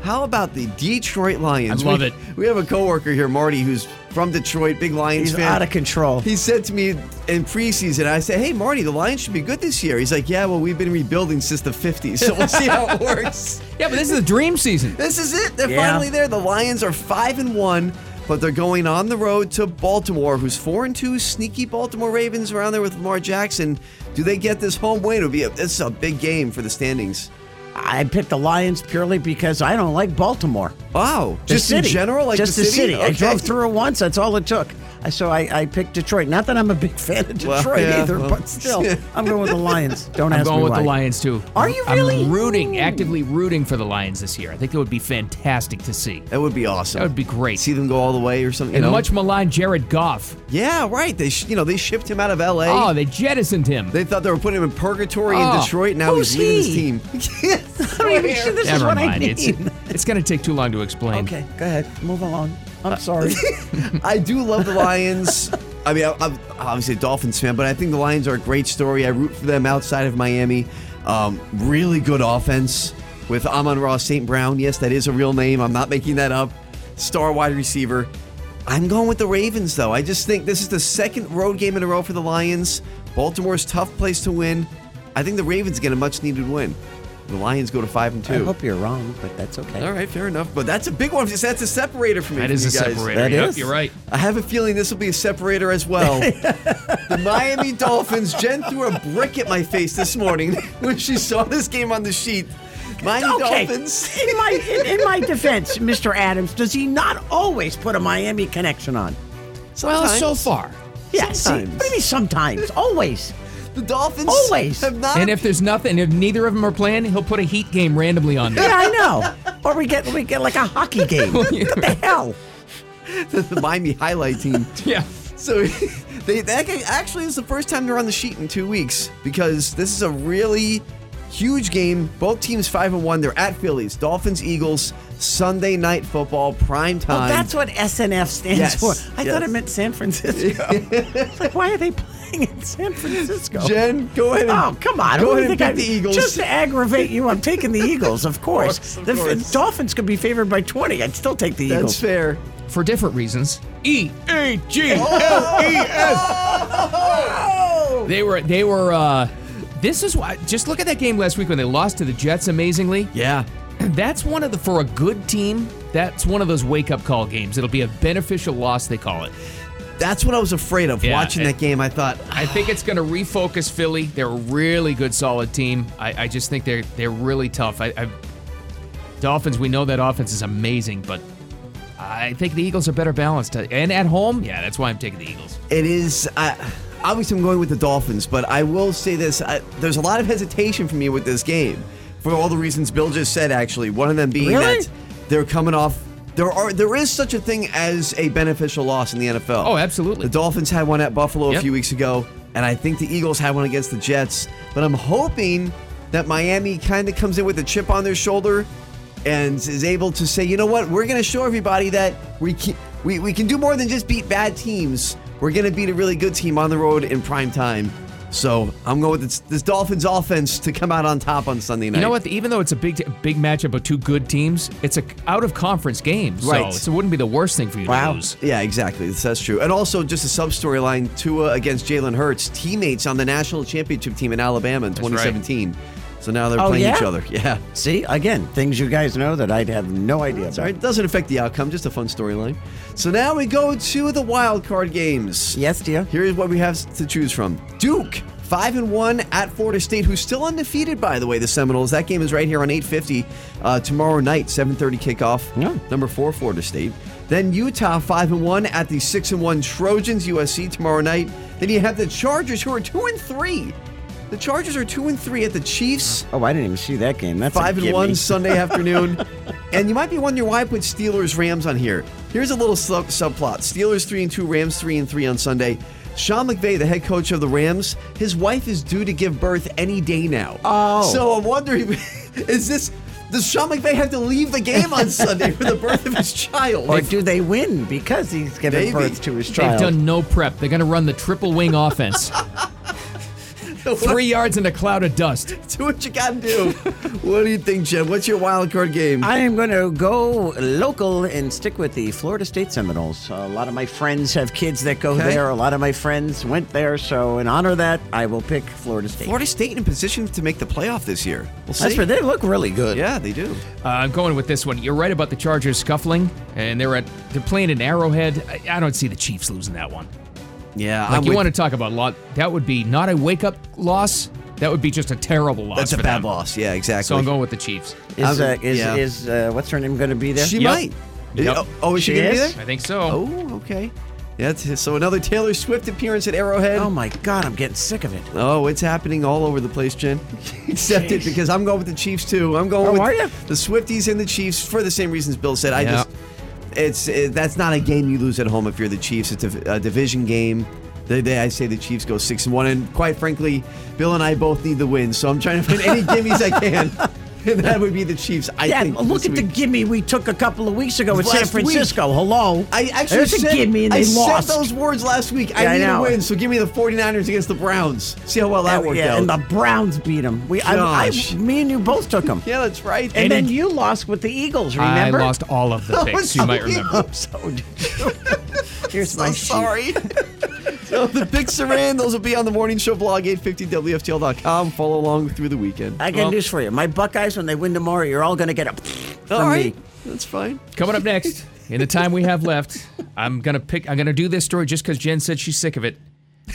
Speaker 8: How about the Detroit Lions?
Speaker 3: I love
Speaker 8: we,
Speaker 3: it.
Speaker 8: We have a coworker here, Marty, who's from Detroit, big Lions
Speaker 4: He's
Speaker 8: fan.
Speaker 4: out of control.
Speaker 8: He said to me in preseason, I said, "Hey, Marty, the Lions should be good this year." He's like, "Yeah, well, we've been rebuilding since the '50s, so we'll see how it works."
Speaker 3: yeah, but this is the dream season.
Speaker 8: This is it. They're
Speaker 4: Yeah.
Speaker 8: finally there. The Lions are five and one, but they're going on the road to Baltimore, who's four and two. Sneaky Baltimore Ravens around there with Lamar Jackson. Do they get this home win? It'll be a, this is a big game for the standings.
Speaker 4: I picked the Lions purely because I don't like Baltimore.
Speaker 8: Wow,
Speaker 4: The
Speaker 8: just
Speaker 4: city.
Speaker 8: in general, like
Speaker 4: just
Speaker 8: the city.
Speaker 4: I
Speaker 8: Okay.
Speaker 4: drove through it once. That's all it took. I- So I, I picked Detroit. Not that I'm a big fan of
Speaker 8: Well,
Speaker 4: Detroit
Speaker 8: yeah,
Speaker 4: either,
Speaker 8: well.
Speaker 4: but still, I'm going with the Lions. Don't
Speaker 3: I'm
Speaker 4: ask
Speaker 3: going
Speaker 4: me
Speaker 3: with the
Speaker 4: why.
Speaker 3: Lions too.
Speaker 4: Are you really?
Speaker 3: I'm rooting, actively rooting for the Lions this year. I think that would be fantastic to see.
Speaker 8: That would be awesome.
Speaker 3: That would be great.
Speaker 8: See them go all the way or something. you
Speaker 3: And
Speaker 8: know?
Speaker 3: much maligned Jared Goff.
Speaker 8: yeah, right. They sh- you know they shipped him out of L.A.
Speaker 3: Oh, they jettisoned him.
Speaker 8: They thought they were putting him in purgatory in
Speaker 3: Oh,
Speaker 8: Detroit. Now
Speaker 4: who's
Speaker 8: he's leading
Speaker 4: he?
Speaker 8: his team. Yes.
Speaker 4: I don't even sure this is
Speaker 3: Never
Speaker 4: what
Speaker 3: mind.
Speaker 4: I mean.
Speaker 3: It's it's going to take too long to explain.
Speaker 4: okay, go ahead. Move along.
Speaker 3: Uh,
Speaker 4: I'm sorry.
Speaker 8: I do love the Lions. I mean, I- I'm obviously a Dolphins fan, but I think the Lions are a great story. I root for them outside of Miami. Um, really good offense with Amon Ross St. Brown. Yes, that is a real name. I'm not making that up. Star wide receiver. I'm going with the Ravens, though. I just think this is the second road game in a row for the Lions. Baltimore's tough place to win. I think the Ravens get a much needed win. The Lions go to five and
Speaker 4: I
Speaker 8: two.
Speaker 4: hope you're wrong, but that's okay.
Speaker 8: All right, fair enough. But that's a big one. That's a separator for me.
Speaker 3: That
Speaker 8: from
Speaker 3: is
Speaker 8: you
Speaker 3: a
Speaker 8: guys.
Speaker 3: separator.
Speaker 4: That
Speaker 3: Yep,
Speaker 4: is.
Speaker 3: You're right.
Speaker 8: I have a feeling this will be a separator as well. the Miami Dolphins. Jen threw a brick at my face this morning when she saw this game on the sheet. Miami
Speaker 4: Okay.
Speaker 8: Dolphins.
Speaker 4: In my in, in my defense, Mr. Adams, does he not always put a Miami connection on?
Speaker 3: Well, Uh, so
Speaker 8: Sometimes.
Speaker 3: far.
Speaker 4: Yeah, see,
Speaker 8: Sometimes.
Speaker 4: maybe sometimes, always.
Speaker 8: The Dolphins
Speaker 4: Always.
Speaker 8: have not.
Speaker 3: And if there's nothing, if neither of them are playing, he'll put a heat game randomly on
Speaker 4: Yeah,
Speaker 3: there.
Speaker 4: I know. Or we get we get like a hockey game. what the hell?
Speaker 8: the Miami highlight team.
Speaker 3: yeah.
Speaker 8: So they that ca- actually is the first time they're on the sheet in two weeks because this is a really huge game. Both teams five and one. They're at Phillies, Dolphins, Eagles, Sunday night football, prime time.
Speaker 4: Well, Oh, that's what SNF stands
Speaker 8: Yes,
Speaker 4: for. I thought
Speaker 8: yes.
Speaker 4: it meant San Francisco. It's like, why are they playing in San Francisco?
Speaker 8: Jen, go ahead. And,
Speaker 4: Oh, come on.
Speaker 8: Go
Speaker 4: Who do
Speaker 8: ahead
Speaker 4: you think
Speaker 8: and pick the
Speaker 4: I-
Speaker 8: Eagles.
Speaker 4: Just to aggravate you, I'm taking the Eagles, of course.
Speaker 8: course, of
Speaker 4: the
Speaker 8: course.
Speaker 4: Dolphins could be favored by 20. I'd still take the
Speaker 8: that's
Speaker 4: Eagles.
Speaker 8: fair.
Speaker 3: For different reasons. E A G. E They were. They were. uh This is why. Just look at that game last week when they lost to the Jets. Amazingly,
Speaker 8: Yeah.
Speaker 3: that's one of the for a good team. That's one of those wake up call games. It'll be a beneficial loss. They call it.
Speaker 8: That's what I was afraid of
Speaker 3: Yeah,
Speaker 8: watching
Speaker 3: it-
Speaker 8: that game. I thought,
Speaker 3: I think it's going to refocus Philly. They're a really good, solid team. I, I just think they're they're really tough. I, I Dolphins. We know that offense is amazing, but I think the Eagles are better balanced and at home. Yeah, that's why I'm taking the Eagles.
Speaker 8: It is. I obviously, I'm going with the Dolphins, but I will say this: I, there's a lot of hesitation for me with this game, for all the reasons Bill just said. Actually, one of them being
Speaker 4: Really?
Speaker 8: that they're coming off. There are there is such a thing as a beneficial loss in the NFL.
Speaker 3: Oh, absolutely.
Speaker 8: The Dolphins had one at Buffalo a
Speaker 3: Yep.
Speaker 8: few weeks ago, and I think the Eagles had one against the Jets. But I'm hoping that Miami kind of comes in with a chip on their shoulder and is able to say, you know what, we're going to show everybody that we can, we, we can do more than just beat bad teams. We're going to beat a really good team on the road in prime time. So I'm going with this, this Dolphins offense to come out on top on Sunday night.
Speaker 3: You know what? Even though it's a big big matchup of two good teams, it's a out of conference game, so
Speaker 8: Right.
Speaker 3: so it wouldn't be the worst thing for you to lose.
Speaker 8: Yeah, exactly. That's, that's true. And also, just a sub storyline Tua against Jalen Hurts, teammates on the national championship team in Alabama in 2017. So now they're
Speaker 4: Oh,
Speaker 8: playing each
Speaker 4: yeah?
Speaker 8: other. Yeah.
Speaker 4: See, again, things you guys know that I'd have no idea
Speaker 8: Sorry,
Speaker 4: about.
Speaker 8: it doesn't affect the outcome, just a fun storyline. So now we go to the wild card games.
Speaker 4: Yes, dear.
Speaker 8: Here's what we have to choose from Duke. Five and one at Florida State, who's still undefeated, by the way. The Seminoles. That game is right here on 8:50 uh, tomorrow night, 7:30 kickoff.
Speaker 4: Yeah.
Speaker 8: Number four, Florida State. Then Utah five and one at the six and one Trojans USC tomorrow night. Then you have the Chargers, who are two and three. The Chargers are two and three at the Chiefs
Speaker 4: Oh, I didn't even see that game. That's a
Speaker 8: five and
Speaker 4: gimme.
Speaker 8: one Sunday afternoon. And you might be wondering why I put Steelers Rams on here. Here's a little sub- subplot: Steelers three and two, Rams three and three on Sunday. Sean McVay, the head coach of the Rams, his wife is due to give birth any day now.
Speaker 4: Oh.
Speaker 8: so I'm wondering, is this? Does Sean McVay have to leave the game on Sunday for the birth of his child?
Speaker 4: Or do they win because he's giving
Speaker 8: Maybe.
Speaker 4: birth to his
Speaker 3: They've
Speaker 4: child?
Speaker 3: done no prep. They're going to run the triple wing offense. Three yards in a cloud of dust.
Speaker 8: do what you gotta do. what do you think, Jim? What's your wild card game?
Speaker 4: I am going to go local and stick with the Florida State Seminoles. A lot of my friends have kids that go
Speaker 8: Okay.
Speaker 4: there. A lot of my friends went there. So, in honor of that, I will pick Florida State.
Speaker 8: Florida State in position to make the playoff this year. We'll see.
Speaker 4: That's where they look really good.
Speaker 8: yeah, they do.
Speaker 3: Uh, I'm going with this one. You're right about the Chargers scuffling, and they're at they're playing in Arrowhead. I, I don't see the Chiefs losing that one.
Speaker 8: Yeah,
Speaker 3: Like
Speaker 8: I'm
Speaker 3: you
Speaker 8: with
Speaker 3: want to talk about lot? That would be not a wake up loss. That would be just a terrible loss.
Speaker 8: That's a
Speaker 3: for
Speaker 8: bad
Speaker 3: them.
Speaker 8: loss. Yeah, exactly.
Speaker 3: So I'm going with the Chiefs.
Speaker 4: Is, uh,
Speaker 8: I'm-
Speaker 4: is,
Speaker 8: yeah.
Speaker 4: is uh, what's her name going to be there?
Speaker 8: She
Speaker 3: Yep.
Speaker 8: might.
Speaker 3: Yep.
Speaker 8: Oh, oh, is she,
Speaker 4: She
Speaker 8: going
Speaker 4: is?
Speaker 8: to be there?
Speaker 3: I think so.
Speaker 8: Oh, okay. That's so another Taylor Swift appearance at Arrowhead.
Speaker 4: oh my God, I'm getting sick of it.
Speaker 8: Oh, it's happening all over the place, Jen. Except it because I'm going with the Chiefs too. I'm going
Speaker 4: Oh,
Speaker 8: with
Speaker 4: are ya?
Speaker 8: the Swifties and the Chiefs for the same reasons Bill said. I
Speaker 3: Yeah.
Speaker 8: just it's it, that's not a game you lose at home if you're the Chiefs. It's a, a division game. The day I say the Chiefs go six and one, and quite frankly, Bill and I both need the win. So I'm trying to find any gimmies I can, and that would be the Chiefs. I
Speaker 4: yeah,
Speaker 8: think
Speaker 4: look
Speaker 8: this
Speaker 4: at the
Speaker 8: week.
Speaker 4: gimme we took a couple of weeks ago at San
Speaker 8: Last week.
Speaker 4: Francisco. Hello.
Speaker 8: I actually
Speaker 4: There's
Speaker 8: said,
Speaker 4: a gimme and
Speaker 8: I
Speaker 4: they
Speaker 8: said
Speaker 4: lost.
Speaker 8: those words last week.
Speaker 4: Yeah, I
Speaker 8: I need a
Speaker 4: know.
Speaker 8: win, so give me the 49ers against the Browns. See how well that worked
Speaker 4: yeah,
Speaker 8: out.
Speaker 4: and the Browns beat them. We, I, I,
Speaker 8: Gosh.
Speaker 4: me and you both took them.
Speaker 8: yeah, that's right.
Speaker 4: And, then
Speaker 3: it-
Speaker 4: you lost with the Eagles,
Speaker 3: I
Speaker 4: remember?
Speaker 3: lost all of the picks. You might remember.
Speaker 4: So did you. Here's my
Speaker 8: I'm
Speaker 4: sheet.
Speaker 8: sorry. so the big saran, those will be on the morning show blog, 850wftl.com. Follow along through the weekend.
Speaker 4: I got
Speaker 3: Well-
Speaker 4: news for you. My Buckeyes, when they win tomorrow, you're all going to get a
Speaker 8: All
Speaker 4: from
Speaker 8: right.
Speaker 4: me.
Speaker 8: That's fine.
Speaker 3: Coming up next, in the time we have left, I'm gonna pick. I'm gonna do this story just because Jen said she's sick of it.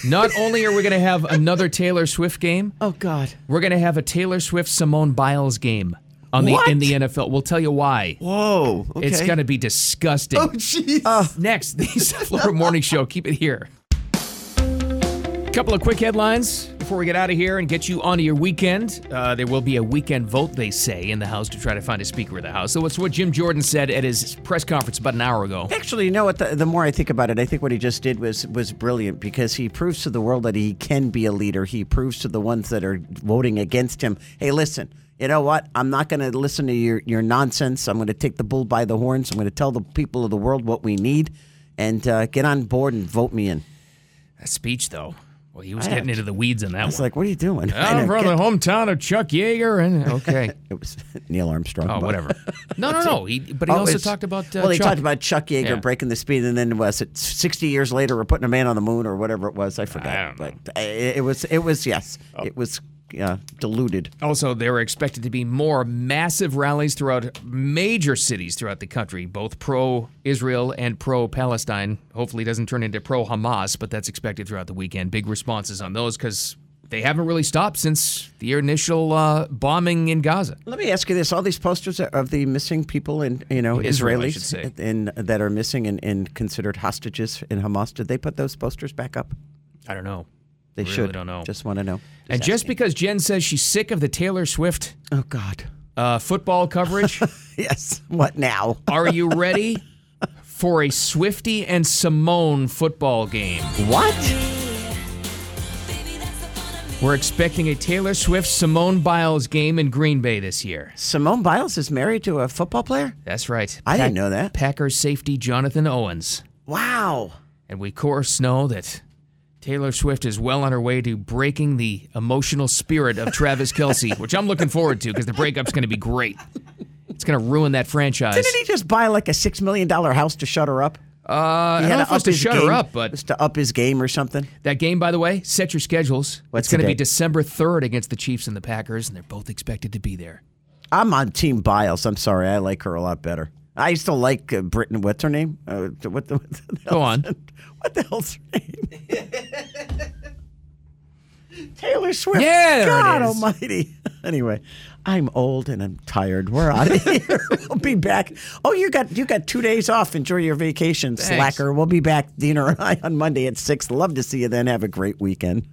Speaker 3: Not only are we gonna have another Taylor Swift game,
Speaker 4: Oh God.
Speaker 3: we're gonna have a Taylor Swift Simone Biles game on the
Speaker 8: What?
Speaker 3: in the NFL. We'll tell you why.
Speaker 8: Whoa. Okay.
Speaker 3: It's gonna be disgusting.
Speaker 8: Oh, jeez.
Speaker 4: Uh,
Speaker 3: Next, the South Florida Morning Show. Keep it here. Couple of quick headlines before we get out of here and get you onto your weekend. Uh, there will be a weekend vote, they say, in the House to try to find a Speaker of the House. So it's what Jim Jordan said at his press conference about an hour ago.
Speaker 4: Actually, you know what? The, the more I think about it, I think what he just did was was brilliant because he proves to the world that he can be a leader. He proves to the ones that are voting against him, hey, listen, you know what? I'm not going to listen to your, your nonsense. I'm going to take the bull by the horns. I'm going to tell the people of the world what we need and uh, get on board and vote me in.
Speaker 3: That speech, though, well, he was getting into the weeds in that
Speaker 4: It's
Speaker 3: one.
Speaker 4: like, what are you doing? I
Speaker 3: I'm
Speaker 4: don't
Speaker 3: from
Speaker 4: get-
Speaker 3: the hometown of Chuck Yeager, and okay,
Speaker 4: It was Neil Armstrong.
Speaker 3: oh
Speaker 4: but-
Speaker 3: whatever. No, no, no. He, but he
Speaker 4: Oh,
Speaker 3: also
Speaker 4: it's-
Speaker 3: talked about uh,
Speaker 4: well, they
Speaker 3: Chuck.
Speaker 4: talked about Chuck Yeager
Speaker 3: Yeah.
Speaker 4: breaking the speed, and then was it sixty years later we're putting a man on the moon or whatever it was? I forgot.
Speaker 3: I don't know. Oh.
Speaker 4: But uh, it, it was it was yes, it was uh, diluted.
Speaker 3: Also, there are expected to be more massive rallies throughout major cities throughout the country, both pro Israel and pro Palestine. Hopefully, it doesn't turn into pro Hamas, but that's expected throughout the weekend. Big responses on those because they haven't really stopped since the initial uh, bombing in Gaza.
Speaker 4: Let me ask you this: All these posters of the missing people and you know
Speaker 3: Israel, I
Speaker 4: Israelis
Speaker 3: should say.
Speaker 4: in, that are missing and, and considered hostages in Hamas. Did they put those posters back up?
Speaker 3: I don't know.
Speaker 4: They
Speaker 3: Really
Speaker 4: should.
Speaker 3: don't know.
Speaker 4: Just want to know.
Speaker 3: and just because Jen says she's sick of the Taylor Swift
Speaker 4: oh God,
Speaker 3: uh, football coverage,
Speaker 4: yes. What now?
Speaker 3: are you ready for a Swifty and Simone football game?
Speaker 4: What?
Speaker 3: We're expecting a Taylor Swift Simone Biles game in Green Bay this year.
Speaker 4: Simone Biles is married to a football player?
Speaker 3: That's right.
Speaker 4: I didn't know that.
Speaker 3: Packers safety Jonathan Owens.
Speaker 4: Wow.
Speaker 3: And we, of course, know that Taylor Swift is well on her way to breaking the emotional spirit of Travis Kelsey, which I'm looking forward to because the breakup's going to be great. It's going to ruin that franchise.
Speaker 4: Didn't he just buy like a six million dollar house to shut her up?
Speaker 3: Uh,
Speaker 4: He
Speaker 3: I don't know if it was to
Speaker 4: his
Speaker 3: shut
Speaker 4: game-
Speaker 3: her up,
Speaker 4: it was
Speaker 3: but
Speaker 4: to up his game or something.
Speaker 3: that game, by the way, set your schedules.
Speaker 4: What's
Speaker 3: it's going
Speaker 4: the
Speaker 3: to be
Speaker 4: date?
Speaker 3: December 3rd against the Chiefs and the Packers, and they're both expected to be there.
Speaker 4: I'm on Team Biles. I'm sorry, I like her a lot better. I used to like uh, Britain. What's her name? Uh, what the, what the
Speaker 3: Go
Speaker 4: hell's-
Speaker 3: on.
Speaker 4: What the hell's her name? Taylor Swift.
Speaker 3: Yeah, there it
Speaker 4: God
Speaker 3: is.
Speaker 4: Almighty. Anyway, I'm old and I'm tired. We're out of here. we'll be back. Oh, you got you got two days off. Enjoy your vacation, slacker. We'll be back, Dina and I, on Monday at six. Love to see you. Then have a great weekend.